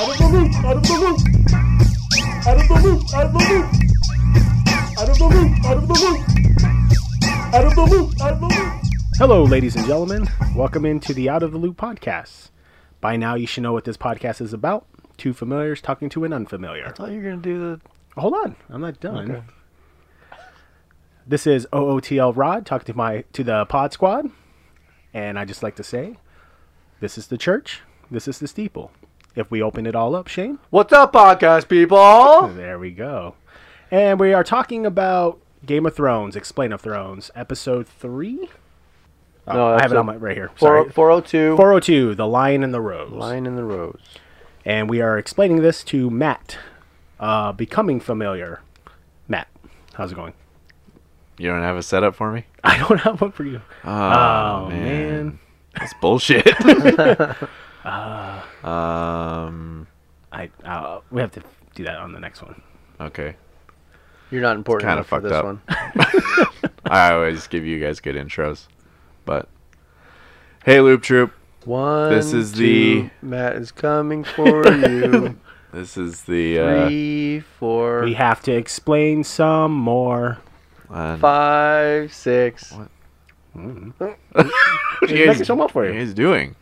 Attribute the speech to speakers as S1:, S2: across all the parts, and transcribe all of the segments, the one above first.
S1: out of the loop, out of the loop, out of the loop, out of the loop, out of the loop, out of the loop, out of the loop. Hello, ladies and gentlemen. Welcome into the Out of the Loop podcast. By now, you should know what this podcast is about. Two familiars talking to an unfamiliar.
S2: thought you were gonna do the.
S1: Hold on, I'm not done.
S2: Okay.
S1: This is OOTL Rod talking to my to the Pod Squad, and I just like to say, this is the church, this is the steeple. If we open it all up, Shane,
S2: What's up, podcast people?
S1: there we go. And we are talking about Game of Thrones, Explain of Thrones, episode three. Oh,
S2: No,
S1: I have it
S2: episode
S1: on my right here. Sorry.
S2: Four four oh two.
S1: 402, The Lion and the Rose.
S2: Lion in the Rose.
S1: And we are explaining this to Matt, uh, becoming familiar. Matt, how's it going?
S3: You don't have a setup for me?
S1: I don't have one for you.
S3: Oh,
S1: Oh, man.
S3: That's bullshit. Ah. um,
S1: I uh, we have to do that on the next one.
S3: okay.
S2: You're not important
S3: kinda
S2: enough for
S3: fucked
S2: this
S3: up.
S2: one.
S3: I always give you guys good intros. But hey, Loop Troop.
S2: One.
S3: This is
S2: two,
S3: the-
S2: Matt is coming for you.
S3: This is the. Uh,
S2: Three, four,
S1: We have to explain some more.
S3: and-
S2: five, six.
S3: What?
S1: What
S3: are you guys-
S1: so much for
S3: what are you
S1: you?
S3: guys doing?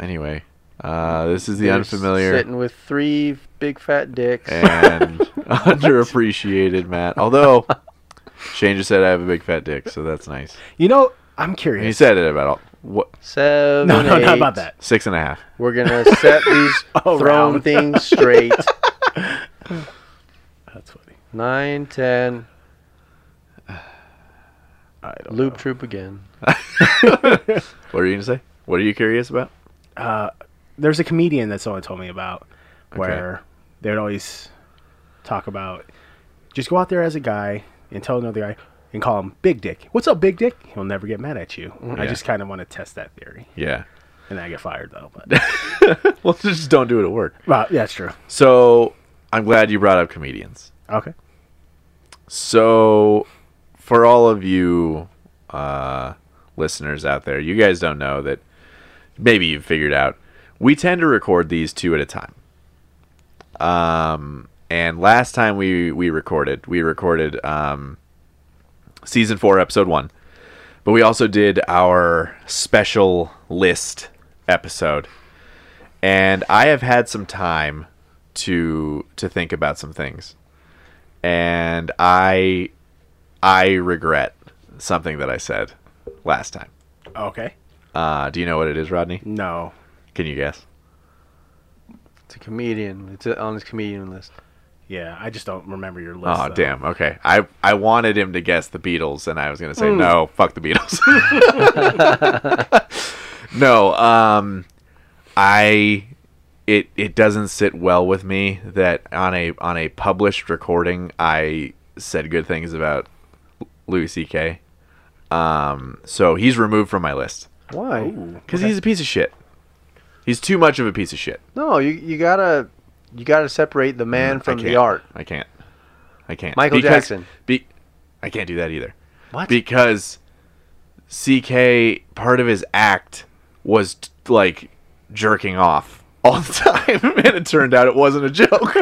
S3: Anyway, uh, this is the
S2: You're
S3: unfamiliar Eh.
S2: Sitting with three big fat dicks.
S3: and underappreciated Matt. Although Shane just said I have a big fat dick, so that's nice.
S1: You know, I'm
S3: And he
S1: curious.
S3: said it about all, what
S2: Seven.
S1: No, no, not
S2: eight.
S1: about that.
S3: six and a half.
S2: We're gonna set these
S3: Oh,
S2: throne
S1: Around.
S2: things straight.
S1: That's funny.
S2: Nine, ten.
S1: I don't
S2: Loop troop again.
S3: What are you gonna say? What are you curious about?
S1: There's a comedian that someone told me about
S3: Okay.
S1: where they would always talk about just go out there as a guy and tell another guy and call him Big Dick. What's up, Big Dick? He'll never get mad at you. I
S3: Mm, Yeah.
S1: just kind of want to test that theory,
S3: Yeah.
S1: and I get fired though. But
S3: Well, just don't do it at work.
S1: well, yeah, that's true.
S3: So I'm glad you brought up comedians.
S1: Okay.
S3: So for all of you uh, listeners out there, you guys don't know that maybe you've figured out we tend to record these two at a time. Um, and last time we we recorded, we recorded um, season four, episode one, but we also did our special list episode, and I have had some time to to think about some things, and I I regret something that I said last time.
S1: Okay.
S3: Uh, do you know what it is, Rodney?
S1: No.
S3: Can you guess?
S2: It's a comedian. It's uh, on his comedian list.
S1: Yeah, I just don't remember your list.
S3: Oh
S1: though.
S3: damn. Okay. I I wanted him to guess the Beatles, and I was gonna say no. Fuck the Beatles. no. Um, I it it doesn't sit well with me that on a on a published recording I said good things about Louis C.K. Um, so he's removed from my list
S2: Why?
S3: because he's a piece of shit. He's too much of a piece of shit.
S2: No, you you gotta you gotta separate the man
S3: I
S2: from the
S3: can't.
S2: art.
S3: I can't. I can't.
S2: Michael
S3: Because-
S2: Jackson.
S3: Be, I can't do that either.
S2: What?
S3: Because CK part of his act was t- like jerking off all the time, and it turned out it wasn't a joke.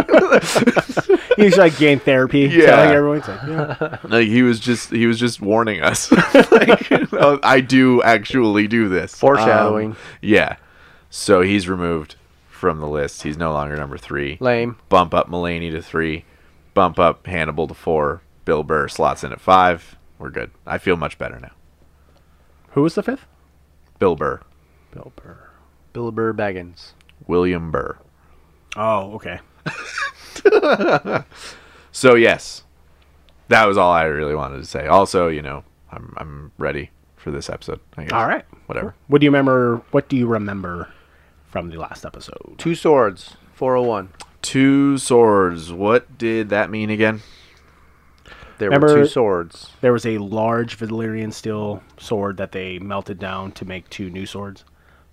S1: He's like game therapy,
S3: Yeah.
S1: telling everyone. It's like, yeah.
S3: like he was just he was just warning us. like you know, I do actually do this.
S2: Foreshadowing.
S3: Um, yeah. So he's removed from the list. He's no longer number three.
S2: Lame.
S3: bump up Mulaney to three, bump up Hannibal to four, Bill Burr slots in at five. We're good. I feel much better now.
S1: Who was the fifth?
S3: Bill Burr,
S1: Bill Burr.
S2: Bilber Baggins.
S3: William Burr.
S1: Oh, okay.
S3: So yes, that was all I really wanted to say. Also, you know, I'm I'm ready for this episode. I guess.
S1: All right.
S3: whatever.
S1: What do you remember? What do you remember from the last episode?
S2: Two swords. Four oh one.
S3: Two swords. What did that mean again?
S2: There were
S1: Remember-
S2: two swords.
S1: There was a large Valyrian steel sword that they melted down to make two new swords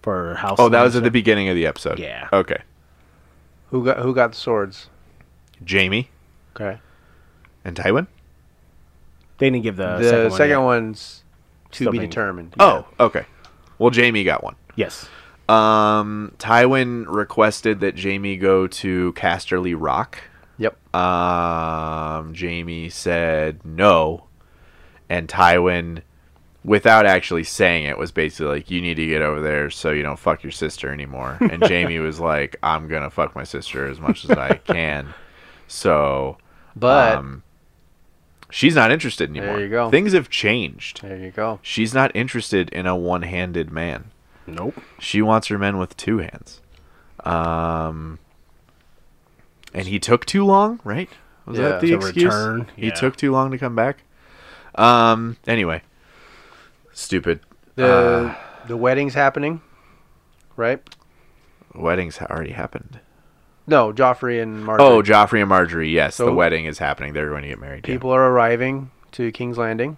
S1: for House.
S3: Oh, that was at the
S1: Lannister.
S3: beginning of the episode.
S1: Yeah.
S3: Okay.
S2: Who got who got the swords?
S3: Jamie
S2: Okay.
S3: and Tywin.
S1: They didn't give the,
S2: the second,
S1: yet.
S2: one's to
S1: Still
S2: be
S1: being-
S2: determined.
S3: Oh, okay. Well, Oh, Jamie got one.
S1: Yes.
S3: Um, Tywin requested that Jamie go to Casterly Rock.
S2: Yep.
S3: Um, Jamie said no, and Tywin, without actually saying it, was basically like, "You need to get over there so you don't fuck your sister anymore." And Jamie was like, "I'm gonna fuck my sister as much as I can." So,
S2: But
S3: um, she's not interested anymore.
S2: you go.
S3: Things have changed.
S2: there you go.
S3: She's not interested in a one-handed man.
S1: Nope.
S3: She wants her men with two hands. Um, and he took too long, right? Was
S2: Yeah,
S3: that the
S2: to
S3: excuse?
S1: return,
S3: He
S1: yeah.
S3: took too long to come back. Um. Anyway, stupid.
S2: The the wedding's happening, right?
S3: Wedding's ha- already happened.
S2: No, Joffrey and Margaery.
S3: Oh, Joffrey and Marjorie. Yes,
S2: So-
S3: the wedding is happening. They're going to get married. yeah.
S2: people are arriving to King's Landing.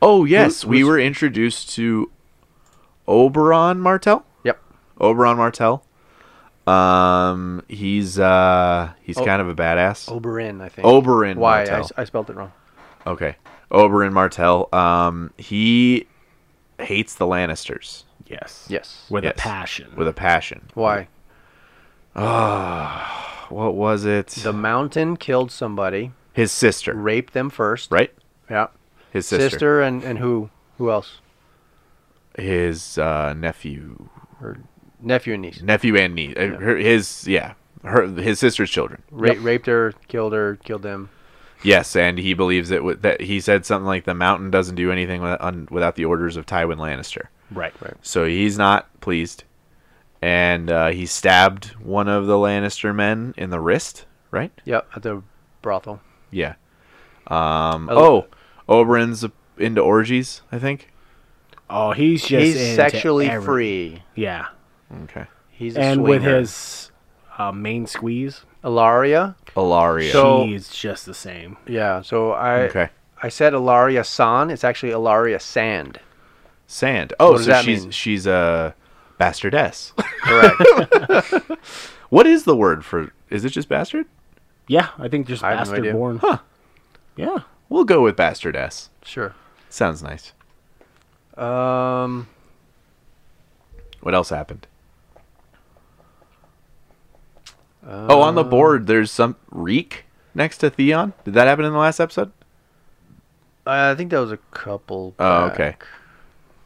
S3: Oh yes, we
S2: who's-
S3: were introduced to Oberon Martell.
S2: Yep.
S3: Oberon Martell. Um, he's uh he's
S2: Oh.
S3: kind of a badass.
S2: Oberyn, I think.
S3: Oberon
S2: Why? I,
S3: Martell.
S2: s- I spelled it wrong.
S3: Okay. Oberyn Martell. Um, he hates the Lannisters
S1: Yes.
S2: Yes.
S1: With
S3: Yes.
S1: a passion.
S3: with a passion.
S2: Why?
S3: What was it?
S2: The Mountain killed somebody,
S3: His sister,
S2: raped them first.
S3: right?
S2: Yeah.
S3: His sister.
S2: Sister, and and who? Who else?
S3: His uh, nephew,
S2: Her nephew and niece.
S3: nephew and niece. uh, her- His yeah, her his sister's children.
S2: Ra- Raped her, killed her, killed them.
S3: Yes, and he believes it. With, that he said something like the mountain doesn't do anything with, un, without the orders of Tywin Lannister.
S1: right.
S2: Right.
S3: So he's not pleased, and uh, he stabbed one of the Lannister men in the wrist. Right?
S2: Yep. At the brothel.
S3: Yeah. Um.
S2: I
S3: Oh,
S2: love-
S3: Oberyn's into orgies. I think.
S1: Oh, he's just into
S2: He's sexually
S1: every-
S2: free.
S1: Yeah.
S3: Okay.
S2: He's a
S1: And with
S2: swinger.
S1: his uh, main squeeze,
S2: Ilaria.
S3: Ilaria.
S2: So- Oh.
S1: she is just the same.
S2: Yeah. So I
S3: okay.
S2: I said Ilaria San. It's actually Ilaria Sand.
S3: Sand. Oh,
S2: does
S3: so
S2: that
S3: she's
S2: mean?
S3: she's a bastardess.
S2: Correct.
S3: what is the word for? Is it just bastard?
S1: Yeah, I think just
S2: I have no
S1: bastard
S2: idea.
S1: born.
S3: Huh.
S1: Yeah.
S3: We'll go with bastardess.
S2: sure.
S3: Sounds nice.
S2: Um.
S3: What else happened? oh, on the
S2: Uh.
S3: board, there's some reek next to Theon. Did that happen in the last episode?
S2: I think that was a couple.
S3: Oh,
S2: back.
S3: okay.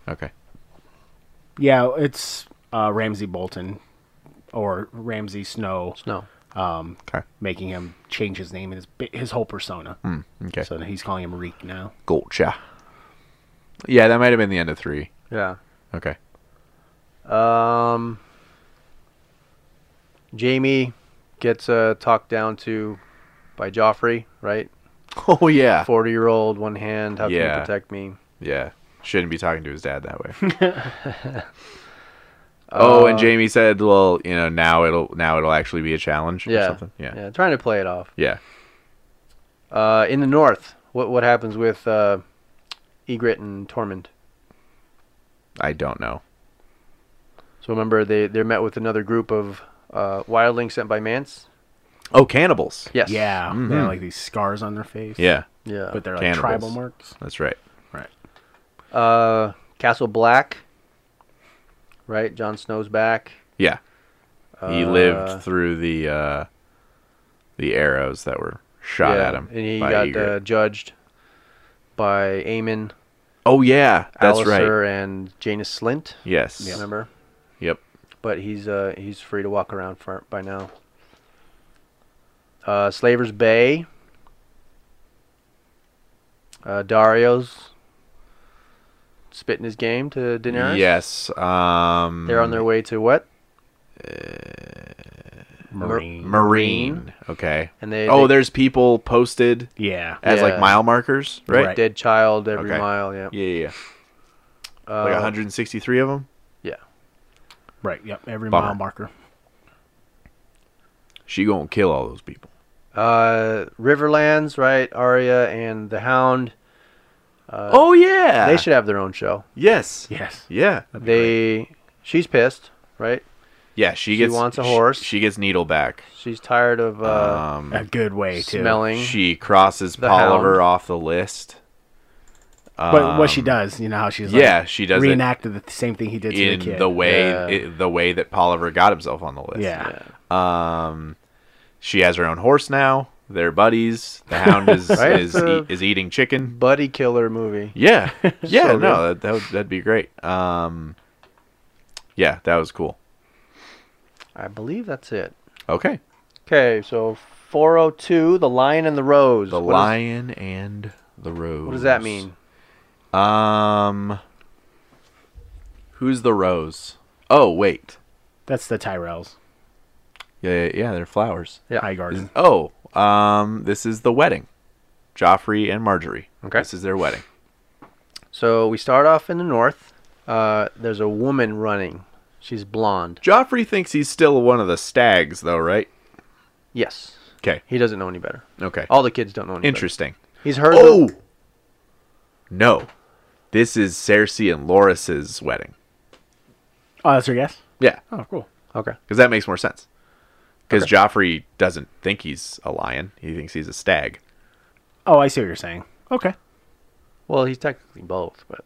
S3: Okay.
S1: Yeah, it's uh, Ramsey Bolton or Ramsey Snow
S2: No.
S3: Okay.
S1: making him change his name and his bi- his whole persona.
S3: Okay.
S1: So he's calling him Reek now.
S3: Gotcha. Yeah, that might have been the end of three.
S2: Yeah.
S3: Okay.
S2: Um. Jamie gets uh, talked down to by Joffrey, right?
S3: Oh yeah.
S2: Forty-year-old, one hand. How can
S3: Yeah.
S2: you protect me?
S3: Yeah. Shouldn't be talking to his dad that way. oh,
S2: Uh,
S3: and Jamie said, "Well, you know, now it'll now it'll actually be a challenge or
S2: Yeah.
S3: something." Yeah. Yeah.
S2: Yeah. Trying to play it off. Uh, in the north, what what happens with uh, Egret and Tormund?
S3: I don't know.
S2: So remember, they they're met with another group of uh, wildlings sent by Mance.
S3: Oh, cannibals.
S2: Yes. Mm-hmm.
S1: Yeah, they
S3: Mhm.
S1: have like these scars on their face.
S3: Yeah,
S2: Yeah.
S1: but they're like
S3: Cannibals.
S1: tribal marks.
S3: that's right.
S1: Right.
S2: uh, Castle Black. Right, Jon Snow's back.
S3: Yeah. He
S2: Uh,
S3: lived through the uh the arrows that were shot
S2: Yeah,
S3: at him.
S2: and he
S3: by
S2: got
S3: Ygritte.
S2: uh, judged by Aemon,
S3: Oh yeah, that's right.
S2: Alistair, and Janus Slint.
S3: Yes.
S2: Remember,
S3: Yep.
S2: but he's uh, he's free to walk around for, by now. Uh, Slaver's Bay. Uh, Dario's spitting his game to Daenerys.
S3: Yes. Um
S2: they're on their way to what?
S1: Marine.
S3: marine. Okay.
S2: And they
S3: Oh,
S2: they
S3: there's people posted
S1: yeah.
S3: as like
S2: Yeah.
S3: mile markers, right?
S1: Right.
S2: dead child every
S3: Okay.
S2: mile. Yeah,
S3: Yeah, yeah. yeah.
S2: Uh,
S3: Like 163 of them.
S2: Yeah,
S1: Right. Yep. Every
S3: Bummer.
S1: mile marker.
S3: She gonna kill all those people.
S2: uh, Riverlands, right? Arya and the Hound.
S3: oh yeah.
S2: Uh, They should have their own show.
S3: Yes.
S1: Yes.
S3: Yeah.
S2: They, she's pissed, right?
S3: Yeah. She
S2: She
S3: gets.
S2: wants a
S3: sh-
S2: horse.
S3: She, gets needle back.
S2: She's tired of uh,
S3: um.
S1: A good way to
S2: smelling.
S3: She crosses
S2: The
S3: Polliver
S2: Hound.
S3: off the list.
S1: But what she does, you know how she's like,
S3: yeah, she does it
S1: reenacted the same thing he did to
S3: in
S1: the
S3: the,
S1: kid.
S3: way
S2: Yeah.
S3: it, the way that Polliver got himself on the list.
S1: yeah.
S3: she has her own horse now. They're buddies. The hound is
S2: Right?
S3: is,
S2: Uh,
S3: e- is eating chicken.
S2: buddy killer movie.
S3: Yeah, yeah.
S2: So
S3: no, that, that would, that'd be great. Um, yeah, that was cool.
S2: I believe that's it.
S3: Okay,
S2: Okay, so 402, The Lion and the Rose.
S3: the
S2: What is-
S3: lion and the rose.
S2: what does that mean?
S3: Um, who's the rose? Oh wait,
S1: That's the Tyrells.
S3: yeah, yeah, yeah they're flowers.
S2: Yeah.
S1: High garden.
S3: Is- oh, um, this is the wedding. Joffrey and Marjorie.
S2: Okay.
S3: this is their wedding.
S2: So we start off in the north. Uh, there's a woman running. She's blonde.
S3: Joffrey thinks he's still one of the stags, though, right?
S2: Yes.
S3: Okay,
S2: He doesn't know any better.
S3: okay.
S2: All the kids don't know any
S3: Interesting.
S2: better. He's heard.
S3: Oh!
S2: the-
S3: No. This is Cersei and Loris's wedding.
S1: Oh, that's her guess.
S3: Yeah.
S1: Oh, cool.
S2: okay.
S3: Because that makes more sense. Because Joffrey doesn't think he's a lion, he thinks he's a stag.
S1: Oh, I see what you're saying. Okay.
S2: Well, he's technically both, but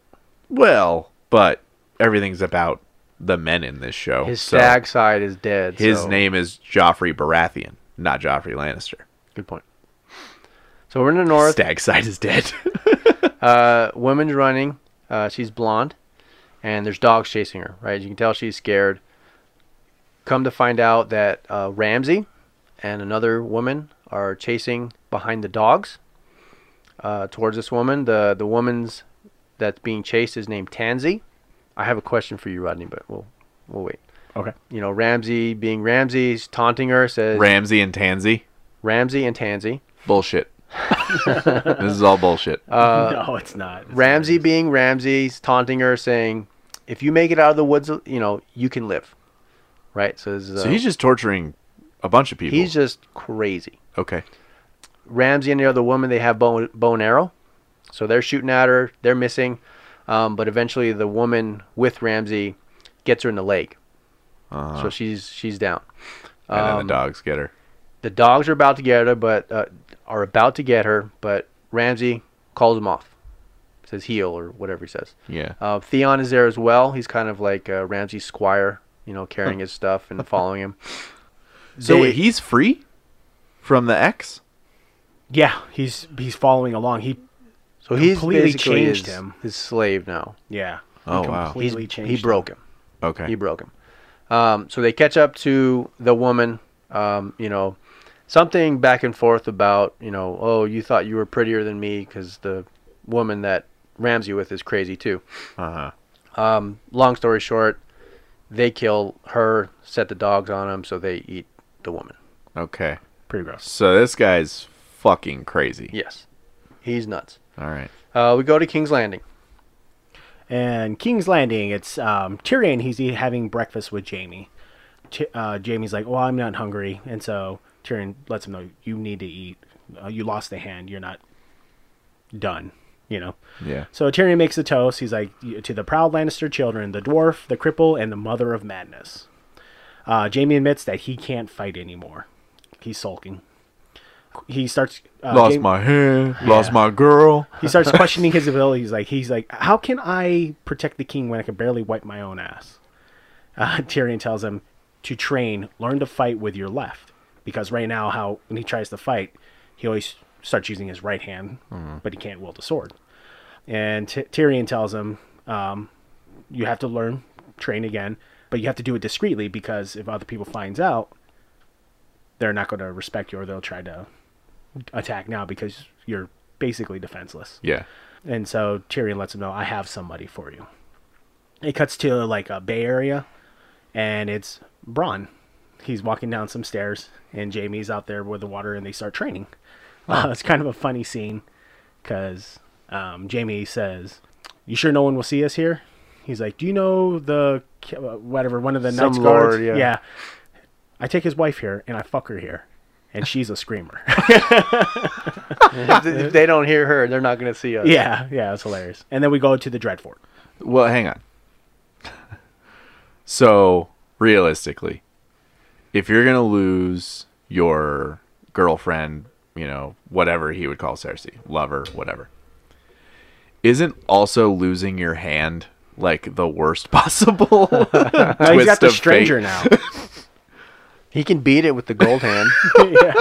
S3: Well, but everything's about the men in this show.
S2: his
S3: so
S2: stag side is dead.
S3: His
S2: so-
S3: name is Joffrey Baratheon, not Joffrey Lannister.
S2: Good point. So we're in the north.
S3: Stag side is dead.
S2: Uh, woman's running. Uh, she's blonde, and there's dogs chasing her. Right, you can tell she's scared. Come to find out that uh, Ramsey and another woman are chasing behind the dogs uh, towards this woman. the The woman's that's being chased is named Tansy. I have a question for you, Rodney, but we'll we'll wait.
S1: Okay.
S2: You know, Ramsey being Ramsey, he's taunting her. Says
S3: Ramsey and Tansy.
S2: Ramsey and Tansy.
S3: Bullshit. this is all bullshit.
S2: Uh,
S1: no, it's not. It's
S2: Ramsey being Ramsey, he's taunting her, saying, "If you make it out of the woods, you know you can live." Right. So, this is,
S3: so
S2: uh,
S3: he's just torturing a bunch of people.
S2: he's just crazy.
S3: okay.
S2: Ramsey and the other woman, they have bone bone arrow, so they're shooting at her. They're missing, um, but eventually the woman with Ramsey gets her in the leg,
S3: Uh,
S2: so she's she's down.
S3: and then
S2: Um,
S3: the dogs get her.
S2: the dogs are about to get her, but uh, are about to get her, but Ramsey calls them off, says heal or whatever he says.
S3: Yeah.
S2: Uh, Theon is there as well. He's kind of like uh, Ramsey's squire, you know, carrying his stuff and following him.
S3: So
S1: They-
S3: he's free from the X.
S1: Yeah, he's he's following along. He
S2: So he's
S1: Completely
S2: basically
S1: changed
S2: his-
S1: him.
S2: His slave now.
S1: yeah.
S3: Oh,
S1: he
S3: wow.
S2: He's,
S1: Completely changed.
S2: he
S1: him.
S2: broke him.
S3: Okay.
S2: He broke him. Um, so they catch up to the woman. Um, you know, something back and forth about you know, oh, you thought you were prettier than me because the woman that Ramsey with is crazy too.
S3: Uh huh.
S2: Um, long story short, they kill her, set the dogs on him, so they eat the woman.
S3: Okay.
S1: Pretty gross.
S3: So this guy's fucking crazy.
S2: Yes, he's nuts.
S3: All right.
S2: Uh, we go to King's Landing.
S1: And King's Landing, it's um, Tyrion. He's e- having breakfast with Jamie. T- uh, Jamie's like, "Well, I'm not hungry," and so Tyrion lets him know, "You need to eat. Uh, you lost the hand. You're not done." You know.
S3: Yeah.
S1: So Tyrion makes the toast. He's like, to the proud Lannister children, the dwarf, the cripple, and the mother of madness. Uh, Jamie admits that he can't fight anymore. He's sulking. He starts. Uh,
S3: lost
S1: Jaime-
S3: my hair. Lost my girl.
S1: He starts questioning his abilities. Like he's like, how can I protect the king when I can barely wipe my own ass? Uh, Tyrion tells him to train, learn to fight with your left, because right now, how when he tries to fight, he always starts using his right hand, but he can't wield a sword. And T- Tyrion tells him, um, you have to learn, train again, but you have to do it discreetly because if other people finds out, they're not going to respect you or they'll try to attack now because you're basically defenseless.
S3: Yeah.
S1: And so Tyrion lets him know, I have somebody for you. It cuts to like a Bay Area, and it's Braun. He's walking down some stairs, and Jamie's out there with the water, and they start training. Uh, it's kind of a funny scene because um, Jamie says, You sure no one will see us here? He's like, Do you know the ki- uh, whatever, one of the
S2: Some
S1: Knights Guards?
S2: lord, yeah.
S1: yeah. I take his wife here, and I fuck her here, and she's a screamer.
S2: if, th- if they don't hear her, they're not going to see us.
S1: yeah, yeah, it's hilarious. And then we go to the Dreadfort.
S3: Well, hang on. so realistically, if you're gonna lose your girlfriend, you know, whatever he would call Cersei, lover, whatever, Isn't also losing your hand like the worst possible?
S2: Now he's got
S3: twist
S2: the
S3: of fate?
S2: stranger now. he can beat it with the gold hand.
S1: yeah.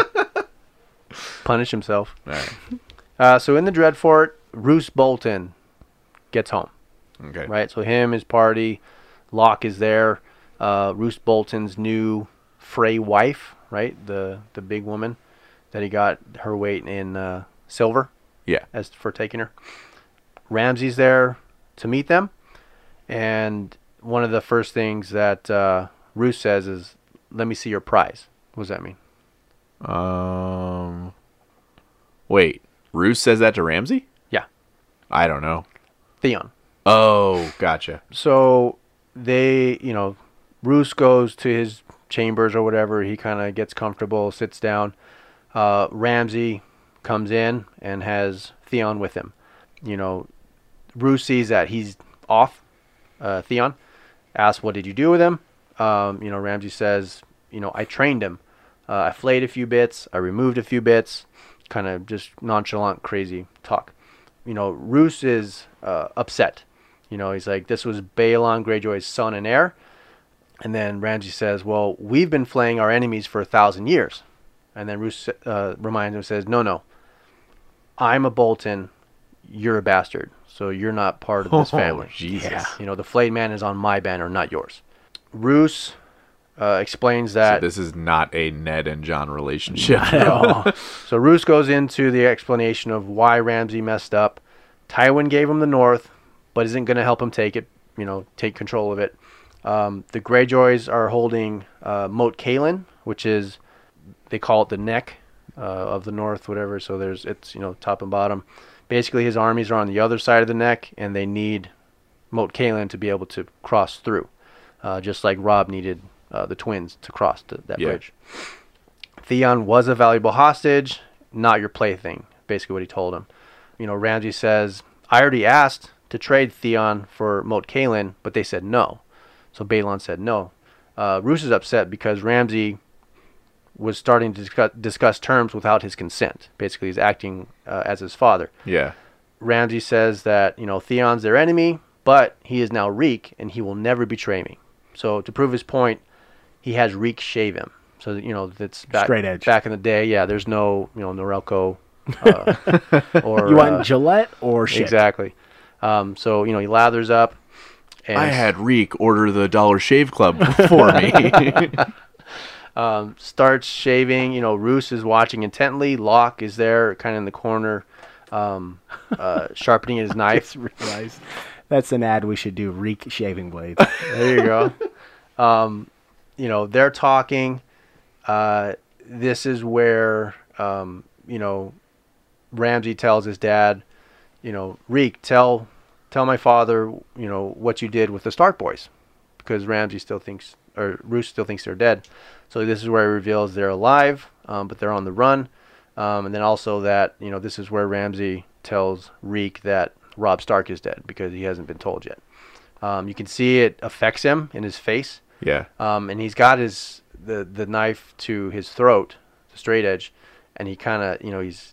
S2: Punish himself.
S3: All right.
S2: Uh, so in the Dreadfort, Roose Bolton gets home.
S3: Okay.
S2: right? So him, his party, Locke is there. Uh, Roose Bolton's new Frey wife, right? The the big woman that he got her weight in uh, silver
S3: Yeah.
S2: as for taking her. Ramsey's there to meet them, and one of the first things that uh, Roose says is, "Let me see your prize." What does that mean?
S3: Um. Wait, Roos says that to Ramsey?
S2: Yeah,
S3: I don't know.
S2: Theon.
S3: Oh, gotcha.
S2: so they, you know, Roos goes to his chambers or whatever. He kind of gets comfortable, sits down. Uh, Ramsey comes in and has Theon with him. You know, Roos sees that he's off. Uh, Theon asks, "What did you do with him?" Um, you know, Ramsey says, "You know, I trained him. Uh, I flayed a few bits. I removed a few bits. Kind of just nonchalant, crazy talk." You know, Roos is uh, upset. You know, he's like, "This was Balon Greyjoy's son and heir." And then Ramsey says, "Well, we've been flaying our enemies for a thousand years." And then Roos uh, reminds him, says, "No, no, I'm a Bolton. You're a bastard. So you're not part of this
S3: Oh,
S2: family."
S3: Jesus.
S2: You know, the flayed man is on my banner, not yours. Roos uh, explains that.
S3: So this is not a Ned and John relationship.
S2: Oh. so Roos goes into the explanation of why Ramsey messed up. Tywin gave him the North, but isn't going to help him take it. You know, take control of it. Um, the Greyjoys are holding uh, Moat Cailin, which is they call it the neck uh, of the North, whatever. So there's it's you know top and bottom. Basically, his armies are on the other side of the neck, and they need Moat Cailin to be able to cross through, uh, just like Rob needed uh, the twins to cross th- that
S3: Yeah.
S2: bridge. Theon was a valuable hostage, not your plaything. Basically, what he told him. You know, Ramsey says, "I already asked to trade Theon for Moat Cailin, but they said no." So Balon said no. Uh, Roos is upset because Ramsey was starting to discuss, discuss terms without his consent. Basically, he's acting uh, as his father.
S3: yeah.
S2: Ramsey says that, you know, Theon's their enemy, but he is now Reek and he will never betray me. So to prove his point, he has Reek shave him. So, that, you know, that's back,
S1: Straight edge.
S2: back in the day. Yeah, there's no, you know, Norelco uh, or.
S1: You
S2: uh,
S1: want Gillette or shit?
S2: Exactly. Um, so, you know, he lathers up. And
S3: I had Reek order the Dollar Shave Club for me.
S2: um, starts shaving. You know, Roos is watching intently. Locke is there, kind of in the corner, um, uh, sharpening his knife.
S1: Realized. That's an ad we should do. Reek shaving blades.
S2: There you go. Um, you know, they're talking. Uh, this is where, um, you know, Ramsey tells his dad, you know, Reek, tell, tell my father, you know, what you did with the Stark boys, because Ramsey still thinks, or Roos still thinks they're dead. So this is where he reveals they're alive, um, but they're on the run. Um, and then also that, you know, this is where Ramsey tells Reek that Rob Stark is dead because he hasn't been told yet. Um, you can see it affects him in his face,
S3: yeah.
S2: um, and he's got his the the knife to his throat, the straight edge, and he kind of you know he's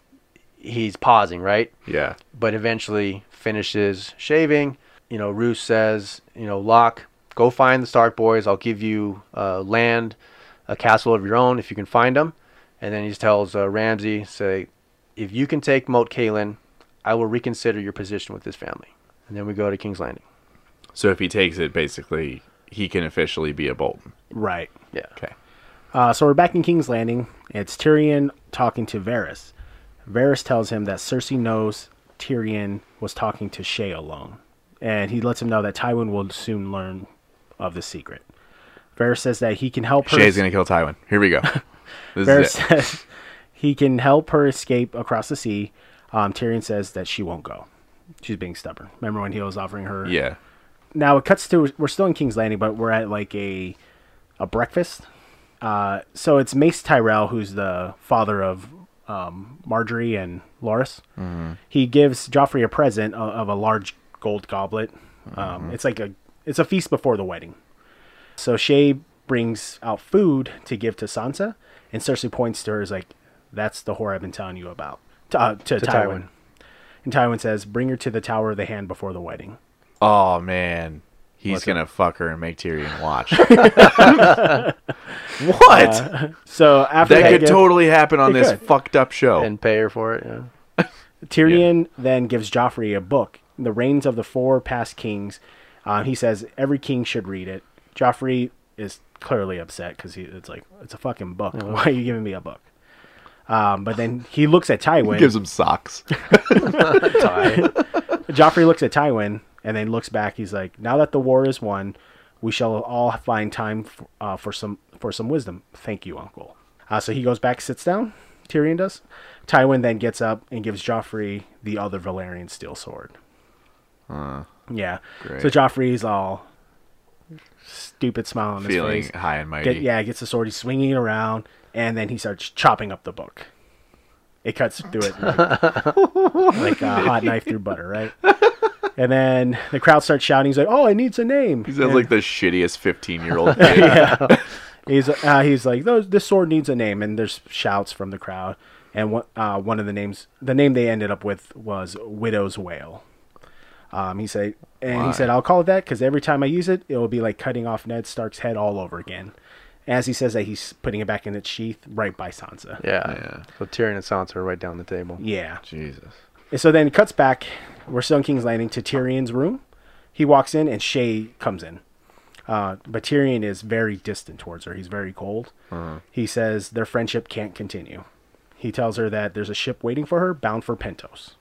S2: he's pausing right,
S3: Yeah.
S2: but eventually finishes shaving. You know, Roos says, you know, Locke, go find the Stark boys. I'll give you uh, land, a castle of your own if you can find them. And then he tells uh, Ramsey, say, if you can take Moat Kalen, I will reconsider your position with this family. And then we go to King's Landing.
S3: So if he takes it, basically, he can officially be a Bolton.
S1: right.
S2: Yeah.
S3: Okay.
S1: Uh, so we're back in King's Landing. It's Tyrion talking to Varys. Varys tells him that Cersei knows Tyrion was talking to Shay alone, and he lets him know that Tywin will soon learn of the secret. Varys says that he can help her.
S3: Shay's going to kill Tywin. Here we go. This
S1: Varys
S3: is it.
S1: says he can help her escape across the sea. Um, Tyrion says that she won't go. She's being stubborn. Remember when he was offering her?
S3: Yeah.
S1: now it cuts to we're still in King's Landing, but we're at like a a breakfast. Uh, so it's Mace Tyrell who's the father of um, Marjorie and Loris. He gives Joffrey a present of, of a large gold goblet. Um, it's like a it's a feast before the wedding. So Shay brings out food to give to Sansa, and Cersei points to her as like, "That's the whore I've been telling you about." To, uh, to, Tywin.
S2: Tywin.
S1: And Tywin says, "Bring her to the Tower of the Hand before the wedding."
S3: Oh man, he's gonna fuck her and make Tyrion watch. Uh, what?
S1: So after
S3: that
S1: that,
S3: could
S1: gift,
S3: totally happen on
S1: It
S3: this
S1: could.
S3: fucked up show.
S2: and pay her for it. Yeah.
S1: Tyrion then gives Joffrey a book, The Reigns of the Four Past Kings. Um, he says every king should read it. Joffrey is clearly upset because it's like it's a fucking book. Why are you giving me a book? Um, but then he looks at Tywin.
S3: Gives him socks.
S1: Joffrey looks at Tywin and then looks back. He's like, "Now that the war is won, we shall all find time f- uh, for some for some wisdom. Thank you, Uncle." Uh, so he goes back, sits down. Tyrion does. Tywin then gets up and gives Joffrey the other Valerian steel sword. yeah. So
S3: great.
S1: Joffrey's all stupid smile on his
S3: Feeling
S1: face.
S3: high and mighty.
S1: Get, yeah, gets the sword. He's swinging it around, and then he starts chopping up the book. It cuts through it like, like a hot knife through butter, right? And then the crowd starts shouting. He's like, "Oh, it needs a name."
S3: He sounds
S1: And
S3: like the shittiest fifteen-year-old kid.
S1: yeah. he's uh, he's like, "Those- "This sword needs a name," and there's shouts from the crowd. And one uh, one of the names, the name they ended up with was Widow's Wail. Um, he said, and
S3: Why?
S1: he said, "I'll call it that because every time I use it, it will be like cutting off Ned Stark's head all over again." As he says that, he's putting it back in its sheath, right by Sansa.
S2: yeah,
S3: Yeah.
S2: So Tyrion and Sansa are right down the table.
S1: Yeah.
S3: Jesus.
S1: And so then it cuts back. We're still in King's Landing to Tyrion's room. He walks in and Shay comes in. Uh, but Tyrion is very distant towards her. He's very cold. He says their friendship can't continue. He tells her that there's a ship waiting for her bound for Pentos.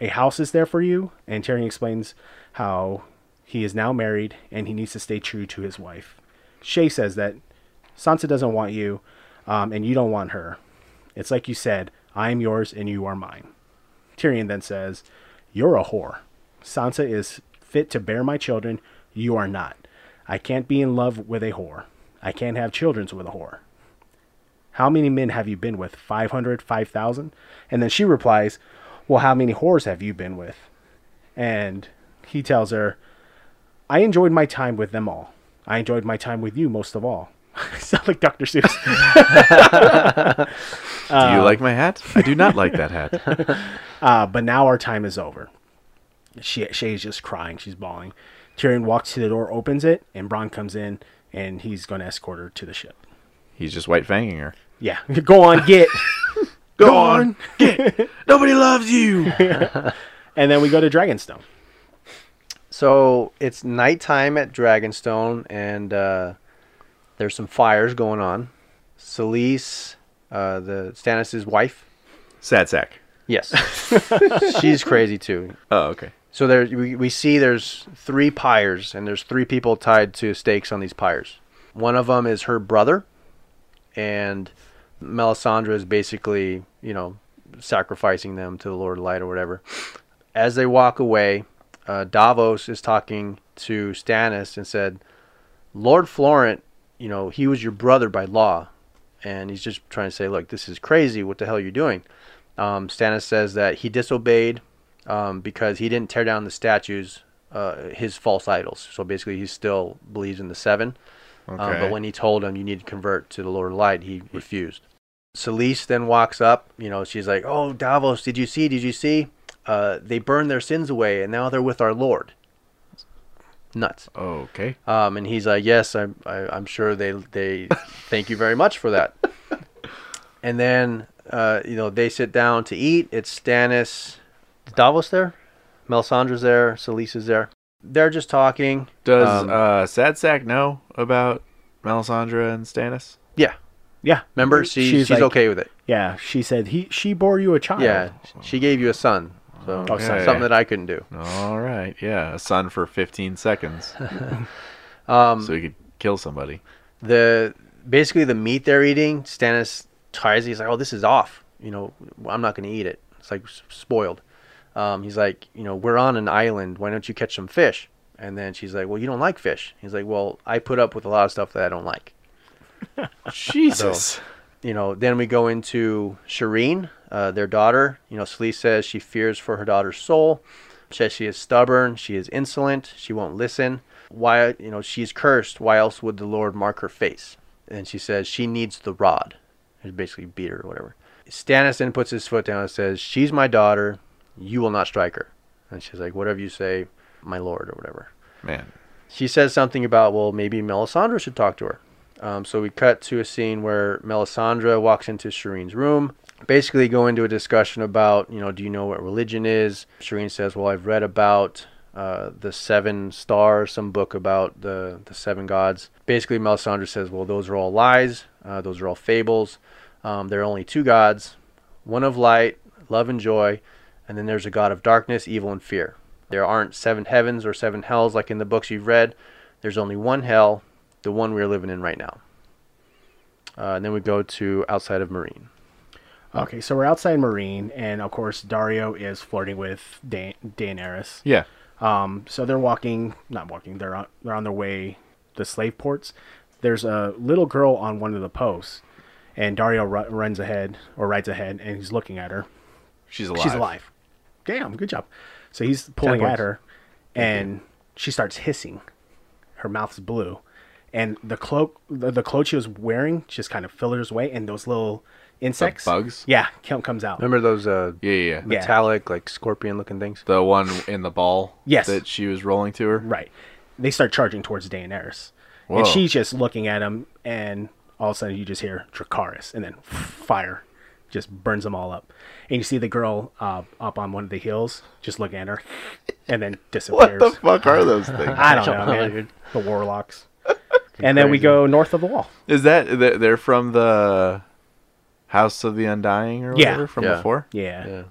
S1: A house is there for you. And Tyrion explains how he is now married and he needs to stay true to his wife. Shay says that Sansa doesn't want you um, and you don't want her. It's like you said, I am yours and you are mine. Tyrion then says, You're a whore. Sansa is fit to bear my children. You are not. I can't be in love with a whore. I can't have children with a whore. How many men have you been with? 500, 5,000? And then she replies, Well, how many whores have you been with? And he tells her, I enjoyed my time with them all. I enjoyed my time with you most of all. I sound like Dr. Seuss.
S3: do you like my hat? I do not like that hat.
S1: Uh, but now our time is over. She Shay's just crying. She's bawling. Tyrion walks to the door, opens it, and Bronn comes in, and he's going to escort her to the ship.
S3: He's just white fanging her.
S1: Yeah, go on, get.
S3: Go on. Get. Nobody loves you.
S1: and then we go to Dragonstone.
S2: So it's nighttime at Dragonstone, and uh, there's some fires going on. Selyse, uh, the Stannis' wife,
S3: Sad sack.
S2: yes, she's crazy too.
S3: Oh, okay.
S2: So there, we, we see there's three pyres, and there's three people tied to stakes on these pyres. One of them is her brother, and Melisandre is basically, you know, sacrificing them to the Lord of Light or whatever. As they walk away, uh, Davos is talking to Stannis and said, Lord Florent, you know, he was your brother by law. And he's just trying to say, look, this is crazy. What the hell are you doing? Um, Stannis says that he disobeyed um, because he didn't tear down the statues, uh, his false idols. So basically, he still believes in the seven. Um,
S3: Okay.
S2: but when he told him you need to convert to the Lord of Light, he refused. Celeste then walks up. You know, she's like, "Oh, Davos, did you see? Did you see? Uh, they burned their sins away, and now they're with our Lord." Nuts.
S3: Okay.
S2: Um, and he's like, "Yes, I'm. I, I'm sure they they thank you very much for that." and then uh, you know they sit down to eat. It's Stannis, is Davos there, Melisandre's there, Selyse is there. They're just talking.
S3: Does
S2: Um,
S3: uh, Sad Sack know about Melisandre and Stannis?
S2: yeah,
S1: Yeah,
S2: remember she, she's,
S1: like-
S2: okay with it.
S1: Yeah, she said he she bore you a child.
S2: Yeah, she gave you a son, so
S1: Okay.
S2: something that I couldn't do.
S3: All right. Yeah. A son for 15 seconds.
S1: Um,
S3: so he could kill somebody.
S2: the basically the meat they're eating, Stannis tries. He's like, "Oh, this is off. You know, I'm not going to eat it. It's like s- spoiled." Um, he's like, "You know, we're on an island. Why don't you catch some fish?" And then she's like, "Well, you don't like fish." He's like, "Well, I put up with a lot of stuff that I don't like."
S3: Jesus.
S2: You know, then we go into Shireen, uh, their daughter. You know, Slee says she fears for her daughter's soul. Says she is stubborn. She is insolent. She won't listen. Why, you know, she's cursed. Why else would the Lord mark her face? And she says she needs the rod. It's basically beat her or whatever. Stannis then puts his foot down and says, She's my daughter. You will not strike her. And she's like, Whatever you say, my lord, or whatever.
S3: Man.
S2: She says something about, Well, maybe Melisandre should talk to her. Um, so we cut to a scene where Melisandre walks into Shireen's room, basically go into a discussion about, you know, do you know what religion is? Shireen says, Well, I've read about uh, the seven stars, some book about the, the seven gods. Basically, Melisandre says, Well, those are all lies, uh, those are all fables. Um, there are only two gods one of light, love and joy, and then there's a god of darkness, evil, and fear. There aren't seven heavens or seven hells like in the books you've read. There's only one hell, the one we're living in right now. Uh, and then we go to outside of Marine.
S1: Okay, so we're outside Marine, and of course Dario is flirting with da- Daenerys.
S3: Yeah.
S1: Um, so they're walking, not walking. They're on, they're on their way to slave ports. There's a little girl on one of the posts, and Dario ru- runs ahead or rides ahead, and he's looking at her.
S3: She's alive.
S1: She's alive. Damn, good job. So he's pulling
S2: points.
S1: at her, and she starts hissing. Her mouth's blue, and the cloak, the, the cloak she was wearing, just kind of filters away, and those little insects,
S3: bugs?
S1: yeah, count comes out.
S2: Remember those uh,
S3: Yeah, yeah, yeah.
S1: Yeah.
S2: metallic, like scorpion looking things?
S3: The one in the ball
S1: Yes.
S3: that she was rolling to her.
S1: Right. They start charging towards Daenerys.
S3: Whoa.
S1: And she's just looking at him, and all of a sudden you just hear Dracarys, and then fire just burns them all up. And you see the girl uh, up on one of the hills, just looking at her, and then disappears.
S3: fuck are those things?
S1: I don't know,
S2: I don't know,
S1: man.
S2: dude.
S1: The warlocks. and then we
S2: crazy.
S1: go north of the wall.
S3: Is that they're- they're from the House of the Undying or
S1: Yeah.
S3: whatever from
S2: Yeah.
S3: before?
S1: Yeah.
S2: Yeah.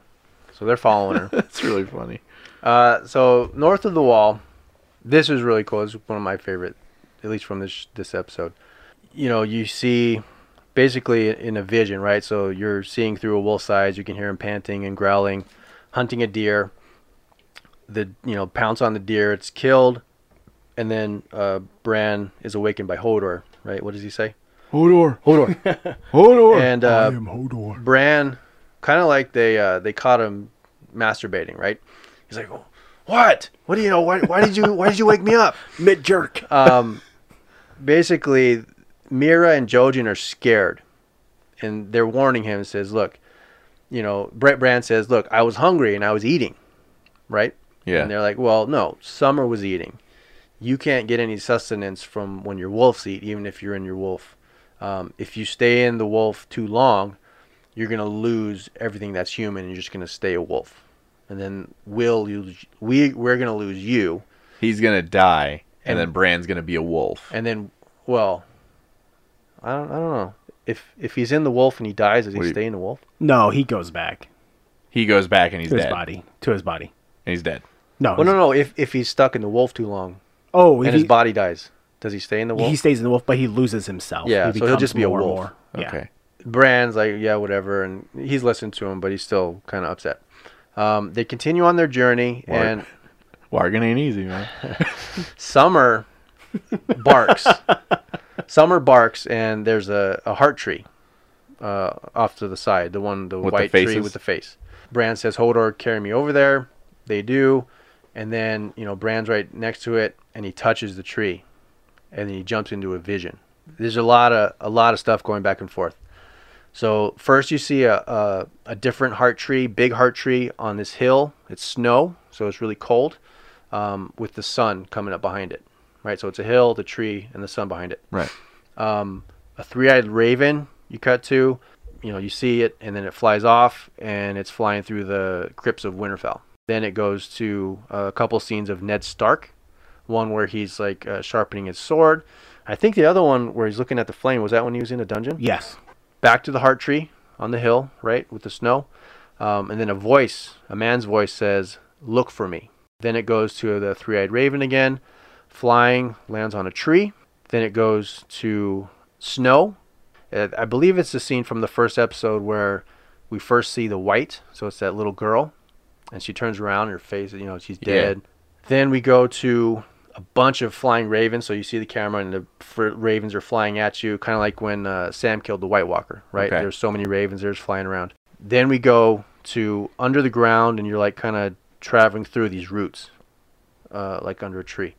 S2: So they're following her.
S3: That's really funny.
S2: Uh, so north of the wall, this was really cool. This is one of my favorite, at least from this this episode. You know, you see basically in a vision, right? So you're seeing through a wolf's eyes. You can hear him panting and growling, hunting a deer. The you know pounce on the deer. It's killed, and then uh, Bran is awakened by Hodor. Right? What does he say?
S3: Hodor,
S2: Hodor.
S3: Hodor.
S2: and uh,
S1: Hodor.
S2: Bran, kind of like they uh, they caught him masturbating, right? He's like, "What? What do you know? Why, why did you Why did you wake me up?"
S1: Mid jerk.
S2: Um, basically, Mira and Jojen are scared, and they're warning him. and Says, "Look, you know." Brett Bran says, "Look, I was hungry and I was eating, right?"
S3: yeah,
S2: And they're like, "Well, no, Summer was eating. You can't get any sustenance from when your wolves eat, even if you're in your wolf. Um, if you stay in the wolf too long, you're gonna lose everything that's human, and you're just gonna stay a wolf. And then we'll lose we we're gonna lose you,
S3: he's gonna die, and,
S2: And-
S3: then Bran's gonna be a wolf.
S2: and then well, I don't I don't know if if he's in the wolf and he dies, does he
S3: What do you-
S2: stay in the wolf?
S1: No, he goes back
S3: he goes back and he's
S1: to his
S3: dead.
S1: body. To his body.
S3: And he's dead.
S1: No.
S2: Well, Oh, no, no. If if he's stuck in the wolf too long
S1: Oh,
S2: and
S1: if
S2: his
S1: he,
S2: body dies, does he stay in the wolf?
S1: he stays in the wolf, but he loses himself.
S2: Yeah, so he'll
S1: becomes
S2: just be a
S1: more and
S2: wolf.
S1: more. Yeah.
S3: Okay.
S2: Brand's like, yeah, whatever, and he's listening to him, but he's still kind of upset. Um, they continue on their journey,
S3: Word.
S2: and
S3: Wargan ain't easy, man.
S2: Summer barks. Summer barks, and there's a, a heart tree uh, off to the side, the one, the
S3: With the
S2: white tree
S3: faces?
S2: with the face. Brand says, Hodor, carry me over there. They do, and then you know Brand's right next to it, and he touches the tree, and then he jumps into a vision. There's a lot of a lot of stuff going back and forth. So first you see a, a, a different heart tree, big heart tree on this hill. It's snow, so it's really cold, um, with the sun coming up behind it, right? So it's a hill, the tree, and the sun behind it.
S3: Right.
S2: Um, a three-eyed raven you cut to, you know, you see it, and then it flies off, and it's flying through the crypts of Winterfell. Then it goes to a couple scenes of Ned Stark, one where he's like uh, sharpening his sword. I think the other one where he's looking at the flame was that when he was in a dungeon
S1: Yes.
S2: back to the heart tree on the hill, right, with the snow. Um, and then a voice, a man's voice says, Look for me. Then it goes to the three eyed raven again, flying, lands on a tree. Then it goes to snow. Uh, I believe it's the scene from the first episode where we first see the white. So it's that little girl. And she turns around, her face, you know, she's
S3: Yeah.
S2: dead. Then we go to a bunch of flying ravens. So you see the camera, and the fr- ravens are flying at you, kind of like when uh, Sam killed the White Walker, right?
S3: Okay.
S2: There's so many ravens, they're just flying around. Then we go to under the ground, and you're like kind of traveling through these roots, uh, like under a tree.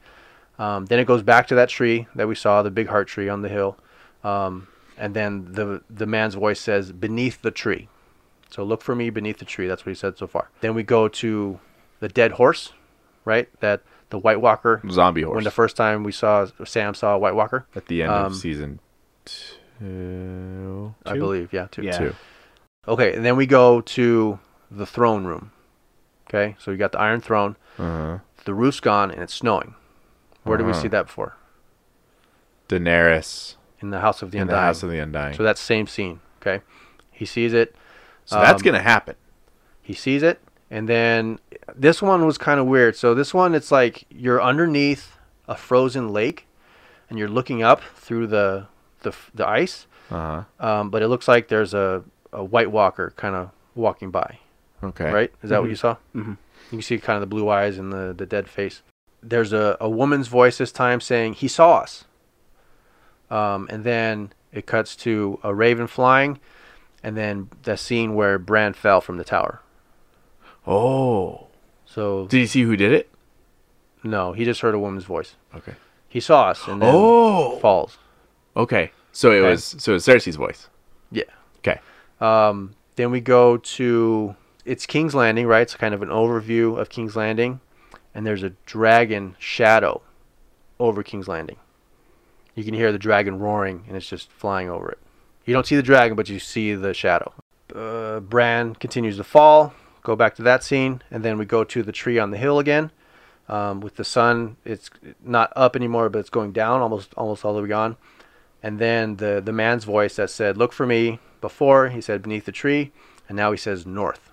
S2: Um, then it goes back to that tree that we saw, the big heart tree on the hill. Um, and then the the man's voice says, "Beneath the tree," So look for me beneath the tree. That's what he said so far. Then we go to the dead horse, right? That the White Walker.
S3: Zombie horse.
S2: When the first time we saw Sam saw a White Walker,
S3: at the end
S2: um,
S3: of season two,
S2: I believe. Yeah, two.
S1: oh, Yeah.
S3: Two.
S2: Okay, and then we go to the throne room. Okay, so you got the Iron Throne.
S3: Uh-huh.
S2: The roof's gone and it's snowing. Where did we
S3: Uh-huh.
S2: see that before?
S3: Daenerys
S2: In the House of the
S3: in
S2: Undying.
S3: the House of the Undying.
S2: so that same scene. Okay, he sees it.
S3: So that's
S2: Um,
S3: gonna happen.
S2: he sees it and then this one was kind of weird so this one it's like you're underneath a frozen lake and you're looking up through the the, f- the ice
S3: Uh
S2: um, but it looks like there's a, a white walker kind of walking by
S3: huh. Okay.
S2: right is that what you saw
S1: Mhm.
S2: you can see kind of the blue eyes and the, the dead face there's a, a woman's voice this time saying he saw us um, and then it cuts to a raven flying and then the scene where bran fell from the tower
S3: Oh.
S2: so
S3: Did you see who did it?
S2: No, he just heard a woman's voice.
S3: Okay.
S2: He saw us and then
S3: Oh.
S2: falls.
S3: Okay. So it
S2: Okay.
S3: was so it was Cersei's voice.
S2: Yeah.
S3: Okay.
S2: Um, then we go to it's King's Landing, right? It's kind of an overview of King's Landing, and there's a dragon shadow over King's Landing. You can hear the dragon roaring, and it's just flying over it. You don't see the dragon, but you see the shadow. Uh, Bran continues to fall. Go back to that scene, and then we go to the tree on the hill again. Um, with the sun, it's not up anymore, but it's going down, almost almost all the way gone. And then the, the man's voice that said, Look for me before, he said beneath the tree, and now he says north.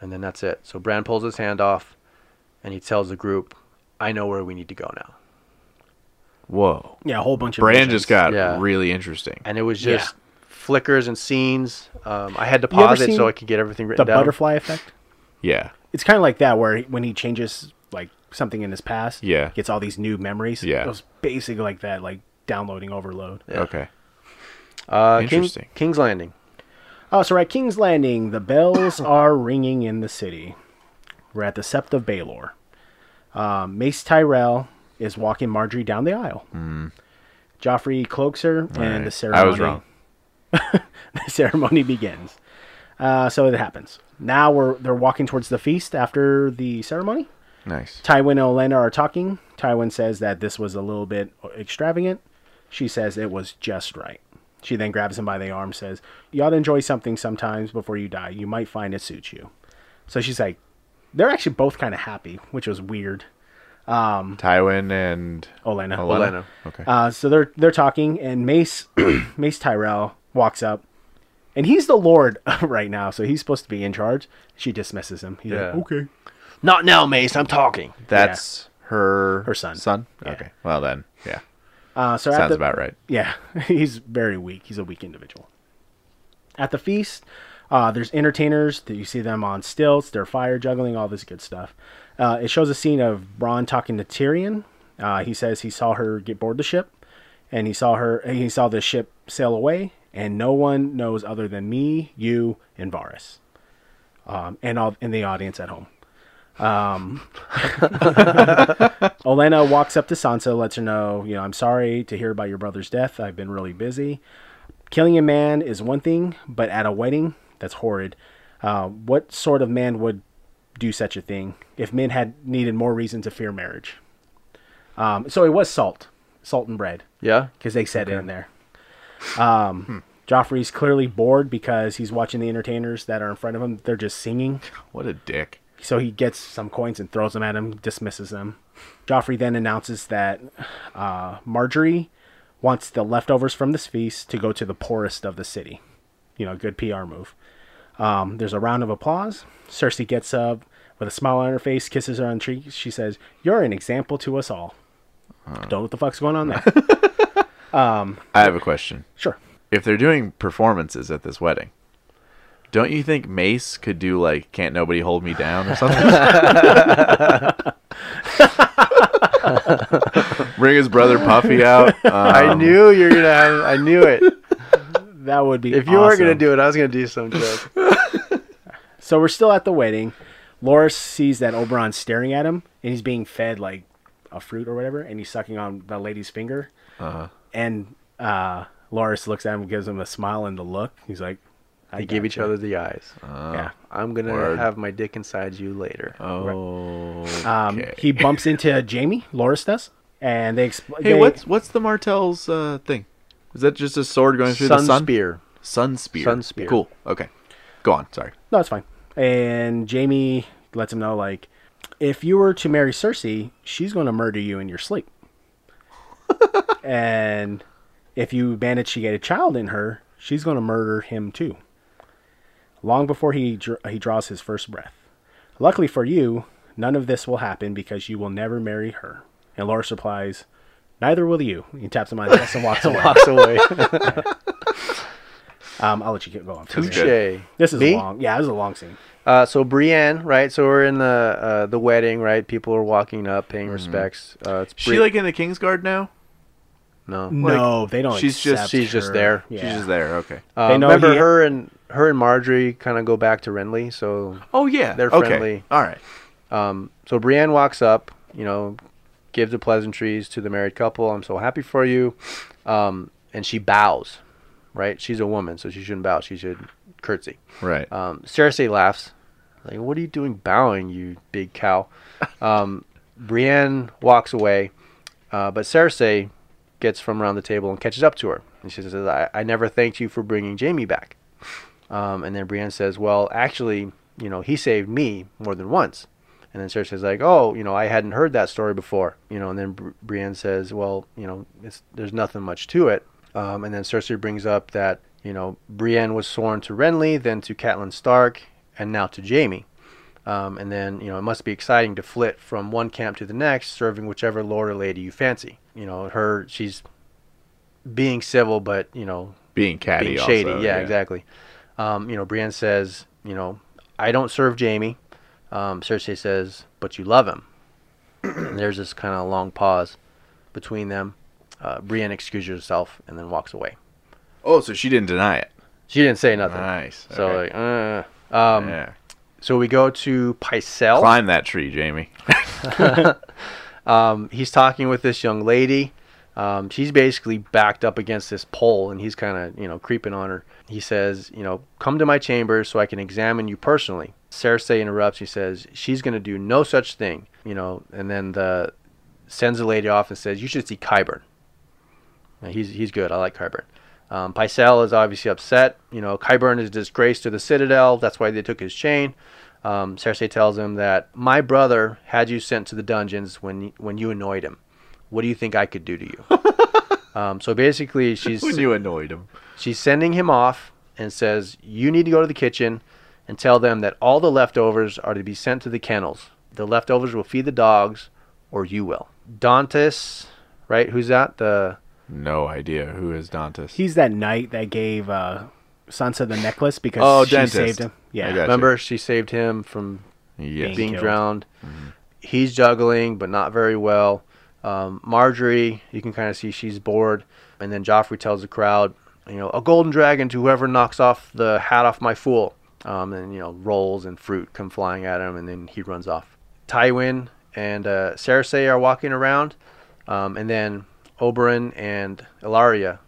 S2: And then that's it. So Bran pulls his hand off and he tells the group, I know where we need to go now.
S3: Whoa.
S1: Yeah, a whole bunch of
S3: Bran
S1: visions.
S3: just got
S2: Yeah.
S3: really interesting.
S2: And it was
S1: Yeah.
S2: just flickers and scenes. Um, I had to
S1: You ever
S2: pause it
S1: seen
S2: so I could get everything
S1: the
S2: written down.
S1: butterfly effect.
S3: Yeah.
S1: It's kind of like that, where he- when he changes like something in his past,
S3: Yeah.
S1: gets all these new memories.
S3: Yeah.
S1: it was basically like that, like downloading overload.
S2: Yeah.
S3: Okay.
S2: uh, King-
S3: Interesting.
S2: King's Landing.
S1: Oh, so right, King's Landing. The bells are ringing in the city. We're at the Sept of Baelor. Um, Mace Tyrell is walking Marjorie down the aisle. Joffrey cloaks her, and
S3: Hmm. All right.
S1: the ceremony.
S3: I was wrong.
S1: the ceremony begins. Uh, so it happens. Now we're they're walking towards the feast after the ceremony.
S3: Nice.
S1: Tywin and Olenna are talking. Tywin says that this was a little bit extravagant. She says it was just right. She then grabs him by the arm, says, "You ought to enjoy something sometimes before you die. You might find it suits you." So she's like, "They're actually both kind of happy, which was weird."
S3: Tywin and
S1: Olenna.
S3: Olenna.
S2: Olenna.
S3: Okay.
S1: Uh, so they're they're talking, and Mace Mace Tyrell walks up, and he's the Lord right now, so he's supposed to be in charge. She dismisses him. He's
S2: Yeah.
S1: like, "Okay."
S2: Not now, Mace. I'm talking.
S3: That's her
S1: Her son.
S3: Son?
S1: Yeah.
S3: Okay. Well then. Yeah.
S1: Uh, so at
S3: Sounds
S1: the,
S3: about right.
S1: Yeah, he's very weak. He's a weak individual. At the feast, uh, there's entertainers that you see them on stilts. They're fire juggling, all this good stuff. Uh, it shows a scene of Braun talking to Tyrion. Uh, he says he saw her get board the ship, and he saw her. and He saw the ship sail away, and no one knows other than me, you, and Varys, um, and all in the audience at home. Olenna walks up to Sansa, lets her know, you know, I'm sorry to hear about your brother's death. I've been really busy. Killing a man is one thing, but at a wedding, that's horrid. Uh, what sort of man would do such a thing if men had needed more reason to fear marriage? Um, so it was salt, salt and bread
S2: Yeah.
S1: because they said it in there. Um, Joffrey's clearly bored because he's watching the entertainers that are in front of him. They're just singing.
S3: What a dick.
S1: So he gets some coins and throws them at him, dismisses them. Joffrey then announces that uh, Marjorie wants the leftovers from this feast to go to the poorest of the city. You know, good PR move. Um, there's a round of applause. Cersei gets up with a smile on her face, kisses her on the cheek. She says, You're an example to us all. Don't know what the fuck's going on there.
S3: I have a question.
S1: sure.
S3: If they're doing performances at this wedding, don't you think Mace could do like "Can't Nobody Hold Me Down" or something? Bring his brother Puffy out.
S2: I
S3: Um,
S2: knew you were going to have. I knew it.
S1: That would be
S2: If you were going to
S1: awesome.
S2: do it, I was going to do some joke.
S1: So we're still at the wedding. Loris sees that Oberon's staring at him, and he's being fed like a fruit or whatever, and he's sucking on the lady's finger. And uh, Loris looks at him, gives him a smile and the look. He's like, I
S2: They give each
S1: gotcha.
S2: other the eyes.
S1: Uh,
S2: yeah, I'm gonna
S3: word.
S2: have my dick inside you later.
S3: Oh.
S1: Um,
S3: okay.
S1: He bumps into Jamie, Loris does, and they explain.
S3: hey, what's what's the Martell's uh, thing? Is that just a sword going through
S2: Sun,
S3: the sun?
S2: spear.
S3: Sun spear.
S2: Sun spear.
S3: Cool. Okay. Go on. Sorry.
S1: No, it's fine. And Jamie lets him know, like, if you were to marry Cersei, she's going to murder you in your sleep. and if you manage to get a child in her, she's going to murder him too. Long before he dr- he draws his first breath. Luckily for you, none of this will happen because you will never marry her. And Loris replies, "Neither will you." He taps him on the ass and walks away.
S2: Walks away.
S1: Um, I'll let you go on. from there.
S2: Touche.
S1: This is
S2: Me?
S1: long. Yeah, this is a long scene.
S2: Uh, so Brienne, right? So we're in the uh, the wedding, right? People are walking up,
S1: Mm-hmm.
S2: paying respects. Uh, it's
S3: Is
S2: Bri-
S3: she like uh, in the King's Guard now?
S2: no.
S1: no, they don't.
S3: she's just-
S1: accept
S2: she's just
S1: her.
S2: there.
S1: Yeah.
S3: She's just there. Okay.
S2: Uh,
S1: They know
S2: remember
S1: he-
S2: her and her and Marjorie kind of go back to Renly. So
S3: Oh yeah.
S2: They're
S3: okay.
S2: friendly.
S3: All right.
S2: um, so Brienne walks up, you know, gives the pleasantries to the married couple. I'm so happy for you, um, and she bows, right? She's a woman, so she shouldn't bow. She should curtsy.
S3: Right.
S2: Um, Cersei laughs, like, "What are you doing bowing, you big cow?" Um, Brienne walks away, uh, but Cersei gets from around the table and catches up to her, and she says, "I, I never thanked you for bringing Jamie back." Um, and then Brienne says, "Well, actually, you know, he saved me more than once." And then Cersei's like, "Oh, you know, I hadn't heard that story before." You know, and then Br- Brienne says, "Well, you know, it's, there's nothing much to it." Um, and then Cersei brings up that you know Brienne was sworn to Renly, then to Catelyn Stark, and now to Jaime. Um, and then you know it must be exciting to flit from one camp to the next, serving whichever lord or lady you fancy. You know, her she's being civil, but you know
S3: Being catty.
S2: being shady.
S3: also,
S2: yeah, exactly. Um, you know, Brienne says, you know, I don't serve Jamie. Um, Cersei says, but you love him. and there's this kind of long pause between them. Uh, Brienne excuses herself and then walks away.
S3: Oh, so she didn't deny it.
S2: She didn't say nothing.
S3: Nice.
S2: So
S3: Okay.
S2: like, uh, um,
S3: yeah.
S2: so we go to Pycelle.
S3: Hmm. Climb that tree, Jamie.
S2: Um, he's talking with this young lady. Um, she's basically backed up against this pole, and he's kind of, you know, creeping on her. He says, you know, come to my chamber so I can examine you personally. Cersei interrupts. He says she's going to do no such thing, you know, and then the sends the lady off and says you should see Kyburn. Uh, He's he's good. I like Kyburn. Um, Pycelle is obviously upset. You know, Kyburn is a disgrace to the Citadel. That's why they took his chain. Um, Cersei tells him that my brother had you sent to the dungeons when when you annoyed him. What do you think I could do to you? um, so basically, she's
S3: when you annoyed him.
S2: she's sending him off and says you need to go to the kitchen and tell them that all the leftovers are to be sent to the kennels. The leftovers will feed the dogs, or you will. Dantes, right? Who's that? The
S3: No idea who is Dantas.
S1: He's that knight that gave uh, Sansa the necklace because
S3: Oh,
S1: she
S3: dentist.
S1: saved him.
S3: I
S1: Yeah.
S3: got- Gotcha.
S2: Remember, she saved him from
S3: yes.
S2: being
S1: killed.
S2: drowned. He's juggling, but not very well. Um, Marjorie, you can kind of see she's bored. And then Joffrey tells the crowd, you know, a golden dragon to whoever knocks off the hat off my fool. Um, and, you know, rolls and fruit come flying at him, and then he runs off. Tywin and uh, Cersei are walking around. Um, and then Oberyn and Ilaria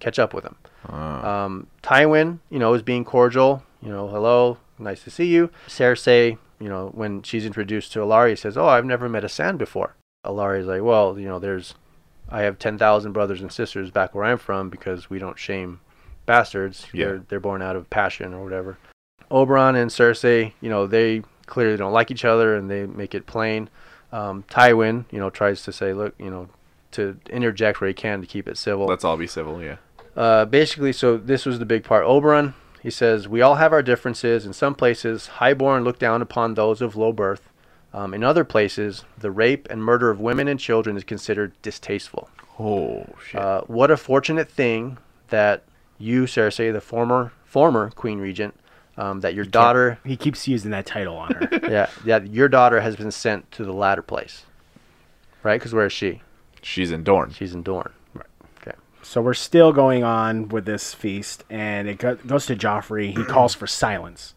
S2: catch up with him.
S3: Ah.
S2: Um, Tywin, you know, is being cordial. You know, hello, nice to see you. Cersei, you know, when she's introduced to Alaria, says, "Oh, I've never met a Sand before." Alaria's like, "Well, you know, there's, I have ten thousand brothers and sisters back where I'm from because we don't shame bastards.
S3: Yeah.
S2: They're they're born out of passion or whatever." Oberon and Cersei, you know, they clearly don't like each other and they make it plain. Um, Tywin, you know, tries to say, "Look, you know." To interject where he can to keep it civil.
S3: Let's all be civil. Yeah.
S2: Uh, basically, so this was the big part. Oberon, he says, we all have our differences. In some places, highborn look down upon those of low birth. Um, in other places, the rape and murder of women and children is considered distasteful.
S3: Oh shit.
S2: Uh, what a fortunate thing that you, Cersei, the former former queen regent, um, that your daughter,
S1: He keeps using that title on her.
S2: yeah, that your daughter has been sent to the latter place, right? Because where is she?
S3: She's in Dorne.
S2: She's in Dorne. Right. Okay.
S1: so we're still going on with this feast, and it go- goes to Joffrey. He calls for silence.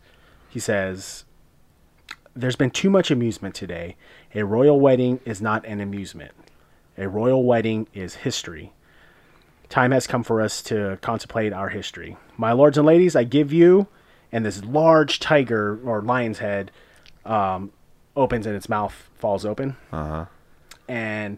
S1: He says, There's been too much amusement today. A royal wedding is not an amusement, a royal wedding is history. Time has come for us to contemplate our history. My lords and ladies, I give you, and this large tiger or lion's head um, opens and its mouth falls open.
S3: Uh-huh.
S1: And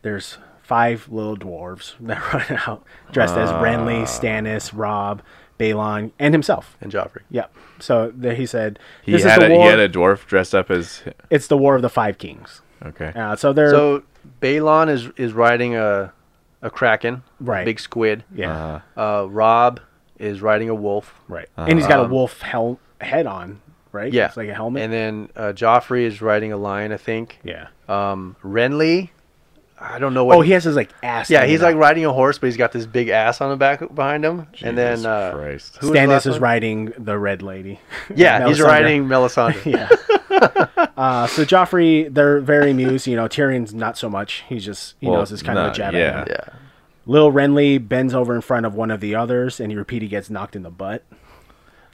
S1: there's five little dwarves that run out dressed as
S2: Ah.
S1: Renly, Stannis, Rob, Balon, and himself.
S2: and Joffrey.
S1: Yep. So there he said,
S3: He
S1: "This
S3: had
S1: is
S3: a
S1: the war.
S3: he had a dwarf dressed up as
S1: it's the war of the five kings."
S3: okay.
S1: Uh, so they're
S2: So Balon is is riding a a kraken,
S1: Right.
S2: Big squid.
S1: yeah,
S3: Uh,
S2: Uh, Rob is riding a wolf.
S1: right, and he's got a wolf hel- head on, right?
S2: uh-huh. Yeah,
S1: it's like a helmet.
S2: And then uh, Joffrey is riding a lion, I think.
S1: yeah.
S2: Um, Renly, I don't know what.
S1: Oh, he has his like ass.
S2: yeah,
S1: hanging
S2: he's like
S1: out.
S2: riding a horse, but he's got this big ass on the back behind him. and
S3: Jesus
S2: then uh,
S3: Christ.
S2: who was the last
S1: Stannis is
S2: one?
S1: riding the red lady.
S2: Yeah, he's
S1: Melisandre.
S2: riding Melisandre.
S1: yeah. Uh, so Joffrey, they're very amused. You know, Tyrion's not so much. He's just he
S3: Well,
S1: knows it's kind of
S3: no,
S1: a jab at
S3: yeah.
S1: him.
S2: yeah.
S1: Lil Renly bends over in front of one of the others, and he repeatedly gets knocked in the butt.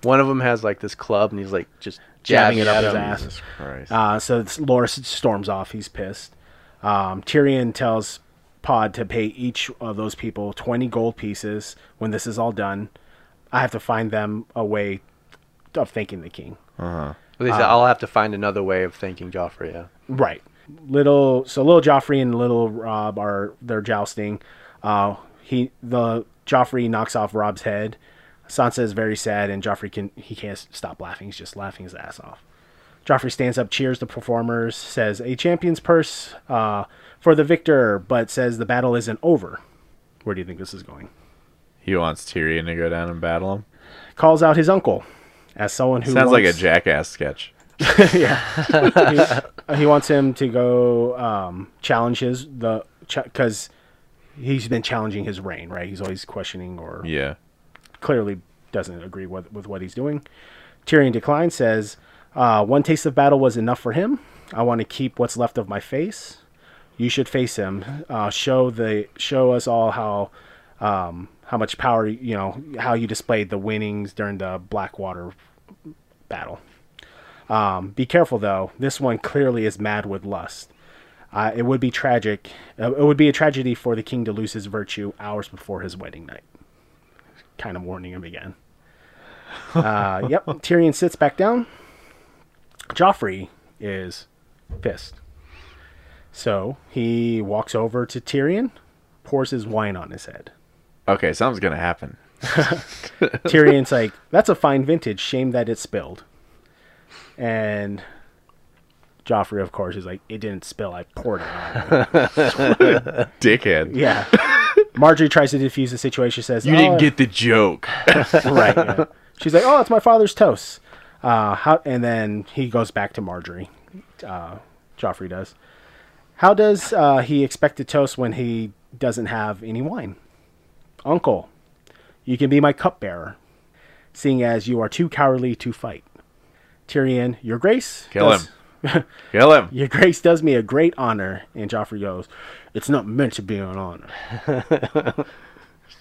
S2: One of them has like this club, and he's like just
S1: Jabbing
S2: jabbing,
S1: it up
S2: at
S1: his
S2: him.
S1: ass.
S3: Jesus Christ.
S1: Uh, so it's- Loras storms off. He's pissed. Um, Tyrion tells Pod to pay each of those people 20 gold pieces when this is all done. I have to find them a way of thanking the king.
S2: But he
S1: Ah.
S2: said, I'll have to find another way of thanking Joffrey. Yeah.
S1: Right. Little so little Joffrey and little Rob are they're jousting. Uh he the Joffrey knocks off Rob's head. Sansa is very sad and Joffrey can he can't stop laughing. He's just laughing his ass off. Joffrey stands up, cheers the performers, says a champion's purse uh, for the victor, but says the battle isn't over. Where do you think this is going?
S3: he wants Tyrion to go down and battle him.
S1: Calls out his uncle as someone who
S3: Sounds like a
S1: wants-
S3: jackass sketch.
S1: he, Uh, he wants him to go um, challenge his the because he's been challenging his reign, right? He's always questioning or
S3: Yeah.
S1: clearly doesn't agree with with what he's doing. Tyrion declines, says, uh, "One taste of battle was enough for him. I want to keep what's left of my face. You should face him. Uh, show the show us all how." Um, how much power you know how you displayed the winnings during the blackwater battle um, be careful though. This one clearly is mad with lust. Uh, it would be tragic. Uh, it would be a tragedy for the king to lose his virtue hours before his wedding night. Kind of warning him again. Uh, yep. Tyrion sits back down. Joffrey is pissed. So he walks over to Tyrion, pours his wine on his head.
S3: Okay, something's gonna happen.
S1: Tyrion's like, "That's a fine vintage. Shame that it spilled." And Joffrey, of course, is like, "It didn't spill. I poured it on." you."
S3: Dickhead.
S1: yeah. Marjorie tries to defuse the situation. Says,
S3: You didn't
S1: "Oh,
S3: get the joke.
S1: right." yeah. She's like, "Oh, it's my father's toast." Uh, how? And then he goes back to Marjorie. Uh, Joffrey does. How does uh, he expect to toast when he doesn't have any wine? Uncle, you can be my cupbearer, seeing as you are too cowardly to fight. Tyrion, your grace.
S3: Kill
S1: does-
S3: him. Kill him.
S1: Your grace does me a great honor. And Joffrey goes, It's not meant to be an honor.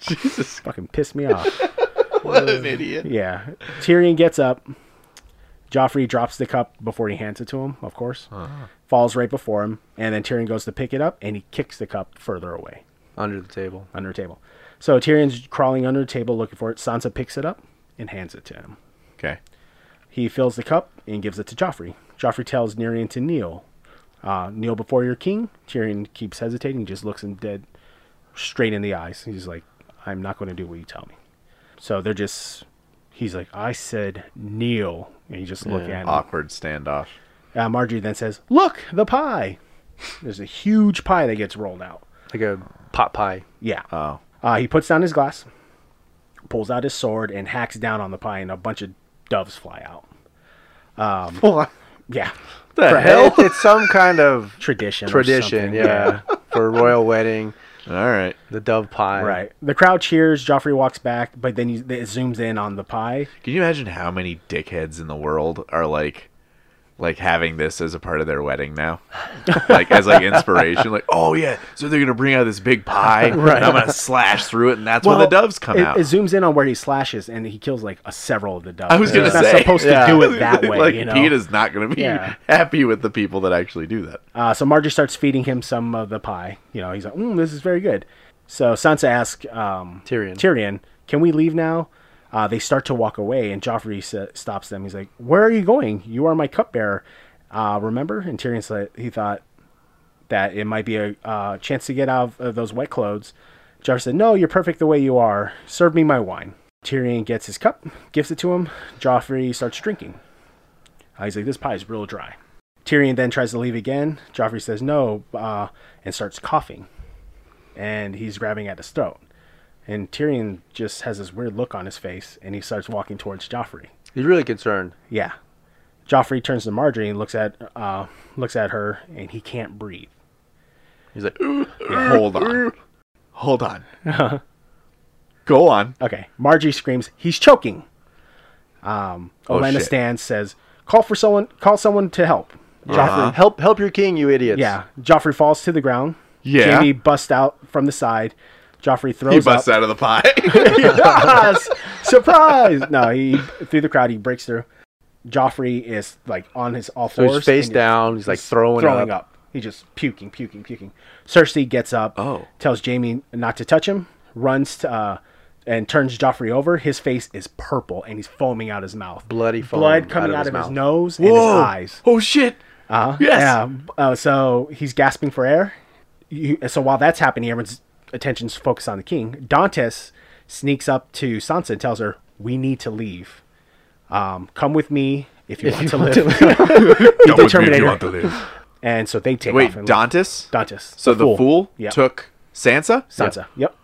S3: Jesus,
S1: Fucking piss me off.
S3: what an idiot.
S1: Yeah. Tyrion gets up. Joffrey drops the cup before he hands it to him, of course.
S3: Uh-huh.
S1: Falls right before him. And then Tyrion goes to pick it up and he kicks the cup further away
S2: Under the table.
S1: under the table. So Tyrion's crawling under the table looking for it. Sansa picks it up and hands it to him.
S3: Okay.
S1: He fills the cup and gives it to Joffrey. Joffrey tells Tyrion to kneel. Uh, kneel before your king. Tyrion keeps hesitating, He just looks him dead straight in the eyes. He's like, I'm not going to do what you tell me. So they're just, he's like, I said kneel. And you just look at him.
S3: Awkward standoff.
S1: Uh, Marjorie then says, Look, the pie. There's a huge pie that gets rolled out.
S2: Like a pot pie.
S1: Yeah.
S3: Oh.
S1: Uh, he puts down his glass, pulls out his sword, and hacks down on the pie, and a bunch of doves fly out. Um,
S3: What
S1: Yeah.
S3: the
S2: It- it's some kind of
S1: Tradition. or
S2: tradition,
S1: something.
S2: yeah, for a royal wedding,
S3: All right.
S2: the dove pie.
S1: Right. The crowd cheers. Joffrey walks back, but then he, it zooms in on the pie.
S3: Can you imagine how many dickheads in the world are like, like having this as a part of their wedding now, like as like inspiration? Like, oh yeah, so they're gonna bring out this big pie, right? And I'm gonna slash through it, and that's when the doves come
S1: it,
S3: out.
S1: It zooms in on where he slashes, and he kills like a, several of the doves.
S3: I was gonna
S1: He's
S3: say
S1: not supposed
S3: yeah.
S1: to do it that way,
S3: like,
S1: you
S3: Pete
S1: know.
S3: is not gonna be
S1: Yeah.
S3: happy with the people that actually do that.
S1: Uh, so Marjorie starts feeding him some of the pie. You know, he's like, mm, "This is very good." So Sansa asks um,
S2: Tyrion.
S1: Tyrion, "Can we leave now?" Uh, they start to walk away, and Joffrey sa- stops them. He's like, "Where are you going? You are my cupbearer, uh, remember?" And Tyrion said he thought that it might be a uh, chance to get out of, of those wet clothes. Joffrey said, "No, you're perfect the way you are. Serve me my wine." Tyrion gets his cup, gives it to him. Joffrey starts drinking. Uh, he's like, "This pie is real dry." Tyrion then tries to leave again. Joffrey says no uh, and starts coughing, and he's grabbing at his throat. And Tyrion just has this weird look on his face, and he starts walking towards Joffrey.
S2: He's really concerned.
S1: Yeah, Joffrey turns to Marjorie and looks at uh, looks at her, and he can't breathe.
S2: He's like,
S3: Hold on. Hold on. Go on.
S1: Okay, Marjorie screams, "He's choking!" Um,
S3: Oh,
S1: Olenna
S3: shit.
S1: stands, says, "Call for someone. Call someone to help." Joffrey
S2: help, help your king, you idiots.
S1: Yeah, Joffrey falls to the ground.
S3: Yeah.
S1: Jamie busts out from the side. Joffrey throws
S3: He busts
S1: up.
S3: out of the pie.
S1: Yes! Surprise! No, he through the crowd. He breaks through. Joffrey is like on his all
S2: So
S1: fours.
S2: he's face
S1: and
S2: down. He's like throwing,
S1: throwing
S2: up.
S1: up. He just puking, puking, puking. Cersei gets up.
S3: Oh.
S1: Tells Jamie not to touch him. Runs to, uh, and turns Joffrey over. His face is purple and he's foaming out his mouth.
S2: Bloody foam
S1: blood coming out of, his,
S2: mouth.
S1: nose and his eyes.
S3: Oh shit.
S1: Uh-huh.
S3: Yes.
S1: Yeah. Uh, so he's gasping for air. You, so while that's happening, everyone's attention's focused on the king. Dantes sneaks up to Sansa and tells her, "We need to leave. Um, come with me if you want to live." He did Terminator. And so they take
S3: Wait,
S1: off. and leave.
S3: Dantes?
S1: Dantes.
S3: So the fool,
S1: Yep.
S3: took Sansa?
S1: Sansa. Yep.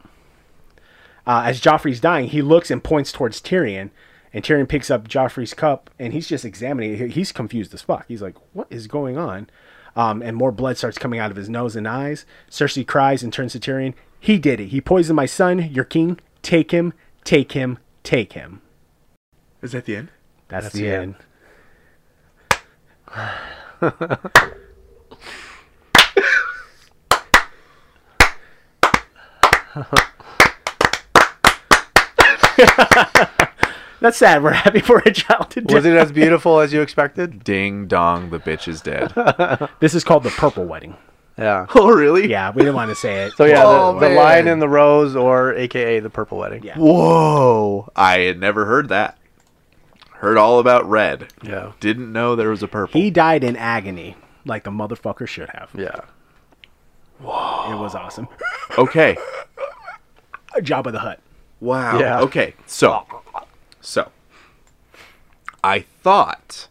S1: Uh, as Joffrey's dying, he looks and points towards Tyrion, and Tyrion picks up Joffrey's cup and he's just examining it. He- He's confused as fuck. He's like, "What is going on?" Um, and more blood starts coming out of his nose and eyes. Cersei cries and turns to Tyrion. He did it. He poisoned my son, your king. Take him. Take him. Take him.
S3: Is that the end?
S1: That's,
S2: That's
S1: the
S2: it.
S1: end. That's sad. We're happy for a child to
S2: Was
S1: do.
S2: it as beautiful as you expected?
S3: Ding dong, the bitch is dead.
S1: This is called the purple wedding.
S2: Yeah.
S3: oh really?
S1: Yeah, we didn't want to say it.
S2: So yeah,
S3: Oh,
S2: the, the lion
S3: man.
S2: in the rose, or AKA the purple wedding.
S1: Yeah.
S3: Whoa. I had never heard that. Heard all about red.
S2: Yeah.
S3: Didn't know there was a purple.
S1: he died in agony, like the motherfucker should have.
S2: Yeah.
S1: It was awesome.
S3: Okay.
S1: Job of the Hut.
S3: Wow.
S2: Yeah.
S3: Okay. So, so I thought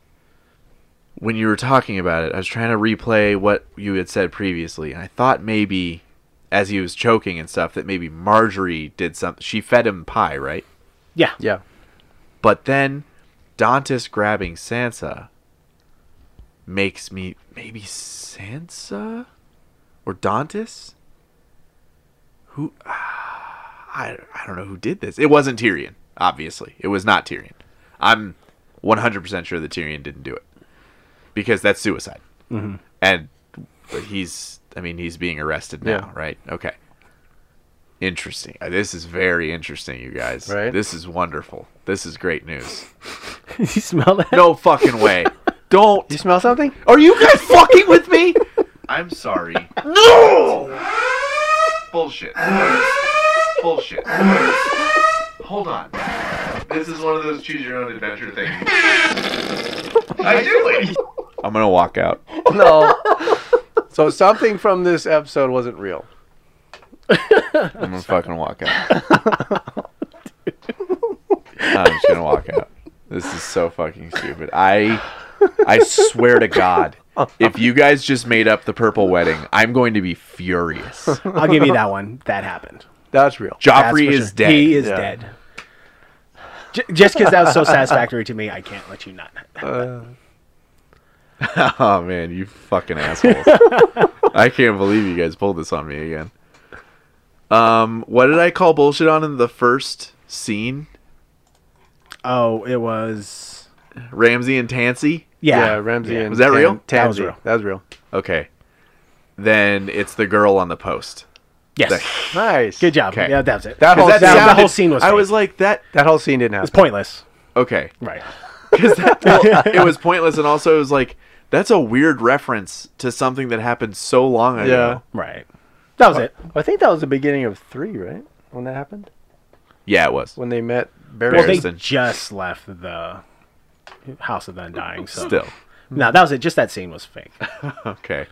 S3: when you were talking about it, I was trying to replay what you had said previously, and I thought maybe as he was choking and stuff that maybe Marjorie did something. She fed him pie, right?
S1: Yeah.
S2: Yeah.
S3: But then Dantes grabbing Sansa makes me maybe Sansa or Dantes. Who ah, I I don't know who did this. It wasn't Tyrion, obviously. It was not Tyrion. I'm 100% sure that Tyrion didn't do it because that's suicide.
S2: Mm-hmm.
S3: And but he's I mean he's being arrested now,
S2: Yeah.
S3: right? Okay. Interesting. Uh, This is very interesting, you guys.
S2: Right?
S3: This is wonderful. This is great news.
S1: you smell that?
S3: No fucking way.
S2: You
S3: Don't.
S2: smell something?
S3: Are you guys fucking with me? I'm sorry. No! Bullshit. Bullshit. Hold on. This is one of those choose your own adventure things. I do it. I'm gonna walk out.
S2: No. so something from this episode wasn't real.
S3: I'm gonna fucking walk out. I'm just gonna walk out. This is so fucking stupid. I I swear to God, if you guys just made up the purple wedding, I'm going to be furious.
S1: I'll give you that one. That happened.
S2: That's real.
S1: That's
S3: Joffrey
S1: for
S3: is
S1: sure.
S3: dead.
S1: He is
S2: Yeah.
S1: dead. J- just because that was so satisfactory to me, I can't let you not.
S3: Oh man, you fucking assholes. I can't believe you guys pulled this on me again. Um, what did I call bullshit on in the first scene?
S1: Oh, it was.
S3: Ramsey and Tansy?
S1: Yeah.
S2: Ramsey
S1: Yeah.
S2: and
S3: Was that real?
S1: That was
S2: Tansy.
S1: real.
S2: That was real.
S3: Okay. Then it's the girl on the post.
S1: Yes.
S2: Nice.
S1: Good job.
S3: Okay.
S1: Yeah, that was it.
S2: That whole-
S1: that,
S2: that
S1: that whole
S3: sounded-
S1: scene was.
S3: I
S1: fake.
S3: was like that
S2: That whole scene didn't
S1: It's
S2: happen.
S1: pointless.
S3: okay.
S1: Right.
S3: Cuz that well, it was pointless and also it was like that's a weird reference to something that happened so long ago.
S2: Yeah.
S1: Right. That was it.
S2: I think that was the beginning of three, right? When that happened,
S3: Yeah, it was.
S2: when they met
S1: Well,
S2: Barry.
S1: they
S3: Harrison.
S1: just left the House of the Undying. So.
S3: Still.
S1: No, that was it. Just that scene was fake.
S3: Okay.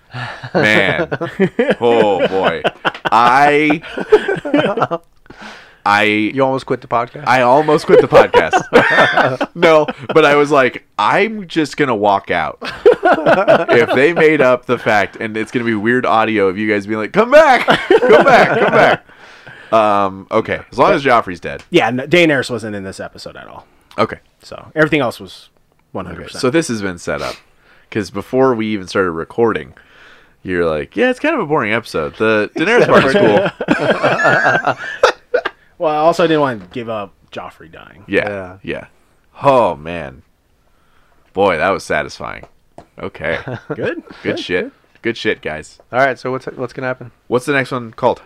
S3: Man. oh boy. I I
S2: you almost quit the podcast.
S3: I almost quit the podcast. no, but I was like, I'm just gonna walk out. if they made up the fact, and it's gonna be weird audio of you guys being like, "Come back, come back, come back." Um, okay, as long as Joffrey's dead.
S1: yeah, no, Daenerys wasn't in this episode at all.
S3: Okay,
S1: So everything else was 100%.
S3: so this has been set up because before we even started recording, you're like, "Yeah, it's kind of a boring episode." The Daenerys part is cool.
S1: well, I also didn't want to give up Joffrey dying.
S3: Yeah. Yeah. Oh man. Boy, that was satisfying. Okay.
S1: Good?
S3: Good shit. Good shit, guys.
S2: All right, so what's what's gonna happen?
S3: What's the next one called?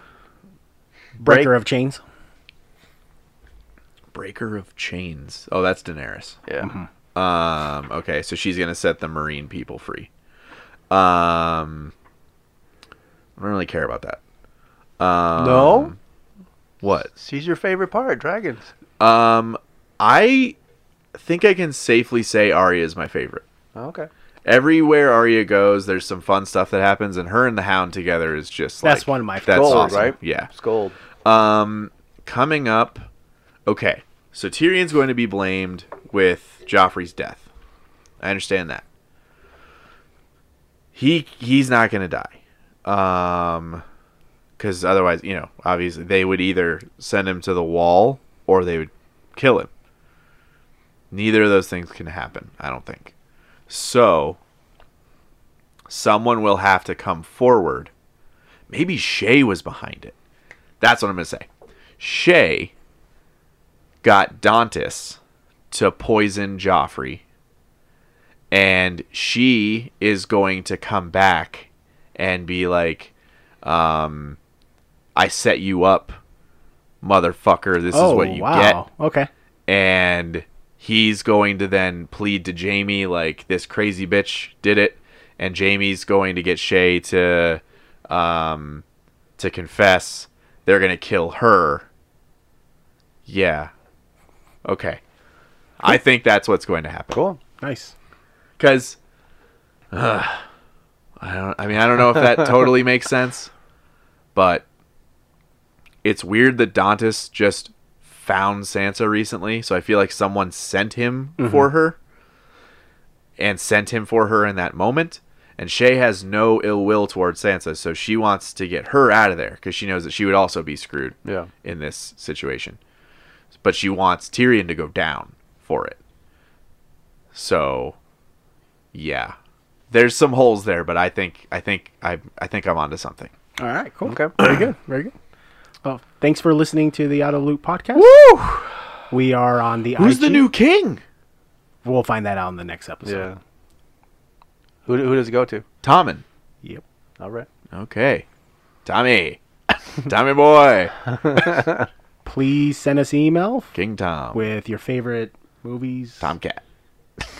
S1: Breaker of Chains.
S3: Breaker of Chains. Oh, that's Daenerys.
S2: Yeah,
S3: Um, okay, so she's gonna set the Marine people free. Um, I don't really care about that. Um,
S2: No?
S3: What?
S2: she's your favorite part, dragons.
S3: Um, I think I can safely say Arya is my favorite.
S2: Oh, Okay.
S3: Everywhere Arya goes, there's some fun stuff that happens, and her and the Hound together is just
S1: That's
S3: like,
S1: one of my
S3: that's
S2: Gold,
S3: awesome.
S2: right?
S3: Yeah.
S2: It's gold.
S3: Um, coming up, okay. So Tyrion's going to be blamed with Joffrey's death. I understand that. He he's not going to die, um, because otherwise, you know, obviously they would either send him to the wall or they would kill him. Neither of those things can happen. I don't think. So someone will have to come forward. Maybe Shay was behind it. That's what I'm going to say. Shay got Dantis to poison Joffrey, and she is going to come back and be like, um, I set you up, motherfucker. This is what you get
S1: Oh, Okay.
S3: and he's going to then plead to Jamie like this crazy bitch did it, and Jamie's going to get Shay to um to confess. They're gonna kill her. Yeah. Okay. I think that's what's going to happen.
S2: Cool.
S1: Nice.
S3: Because I don't. I mean, I don't know if that totally makes sense, but it's weird that Dantis just found Sansa recently. So I feel like someone sent him for her, and sent him for her in that moment. And Shay has no ill will towards Sansa, so she wants to get her out of there because she knows that she would also be screwed
S2: Yeah.
S3: in this situation. But she wants Tyrion to go down for it. So, yeah, there's some holes there, but I think I think I I think I'm onto something.
S1: All right, cool.
S2: Okay.
S1: Very good. Very good. Well, thanks for listening to the Out of Loop podcast.
S3: Woo!
S1: We are on the
S3: Who's the
S1: IG.
S3: new king?
S1: We'll find that out in the next
S2: Yeah.
S1: episode.
S2: Who who does it go to?
S3: Tommen.
S1: Yep.
S2: All right.
S3: Okay, Tommy, Tommy boy,
S1: Please send us an email
S3: King Tom,
S1: with your favorite movies.
S3: Tomcat.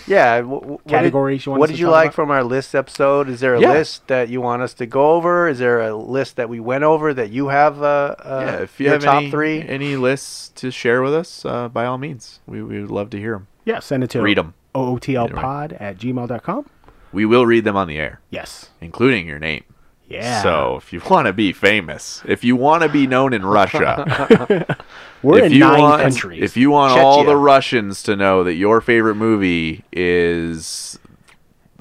S2: Yeah. W- w- what did-
S1: Categories you
S2: What
S1: want
S2: did,
S1: us to
S2: you
S1: talk
S2: like
S1: about?
S2: from our list episode? Is there a
S3: Yeah.
S2: list that you want us to go over? Is there a list that we went over that you have? Uh, uh,
S3: yeah, if you
S2: your
S3: have
S2: top
S3: any,
S2: three,
S3: any lists to share with us, uh, by all means, we, we would love to hear them.
S1: Yeah, send it to
S3: Read 'em.
S1: ootlpod at gmail.com.
S3: We will read them on the air,
S1: Yes.
S3: including your name.
S1: Yeah.
S3: So if you want to be famous, if you want to be known in Russia,
S1: we're
S3: if
S1: in
S3: you
S1: nine
S3: want,
S1: countries.
S3: if you want all the
S2: Chechnya.
S3: Russians to know that your favorite movie is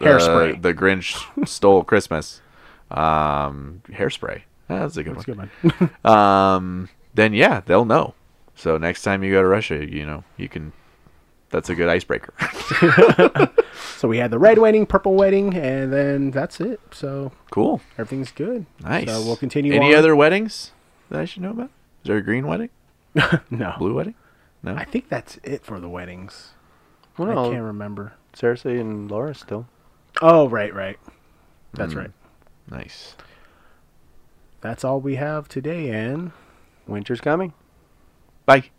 S3: uh,
S1: Hairspray.
S3: the Grinch stole Christmas, um, hairspray. That's a good
S1: That's a
S3: one.
S1: good one.
S3: Um, then yeah, they'll know. So next time you go to Russia, you know you can. That's a good icebreaker.
S1: so we had the red wedding, purple wedding, and then that's it. So
S3: cool,
S1: everything's good.
S3: nice.
S1: So we'll continue.
S3: Any
S1: on.
S3: other weddings that I should know about? Is there a green wedding,
S1: No.
S3: blue wedding? No.
S1: I think that's it for the weddings. I
S2: Well,
S1: can't remember.
S2: Cersei and Laura still.
S1: Oh, right, right. That's right.
S3: Nice.
S1: That's all we have today, and.
S2: Winter's coming.
S3: Bye.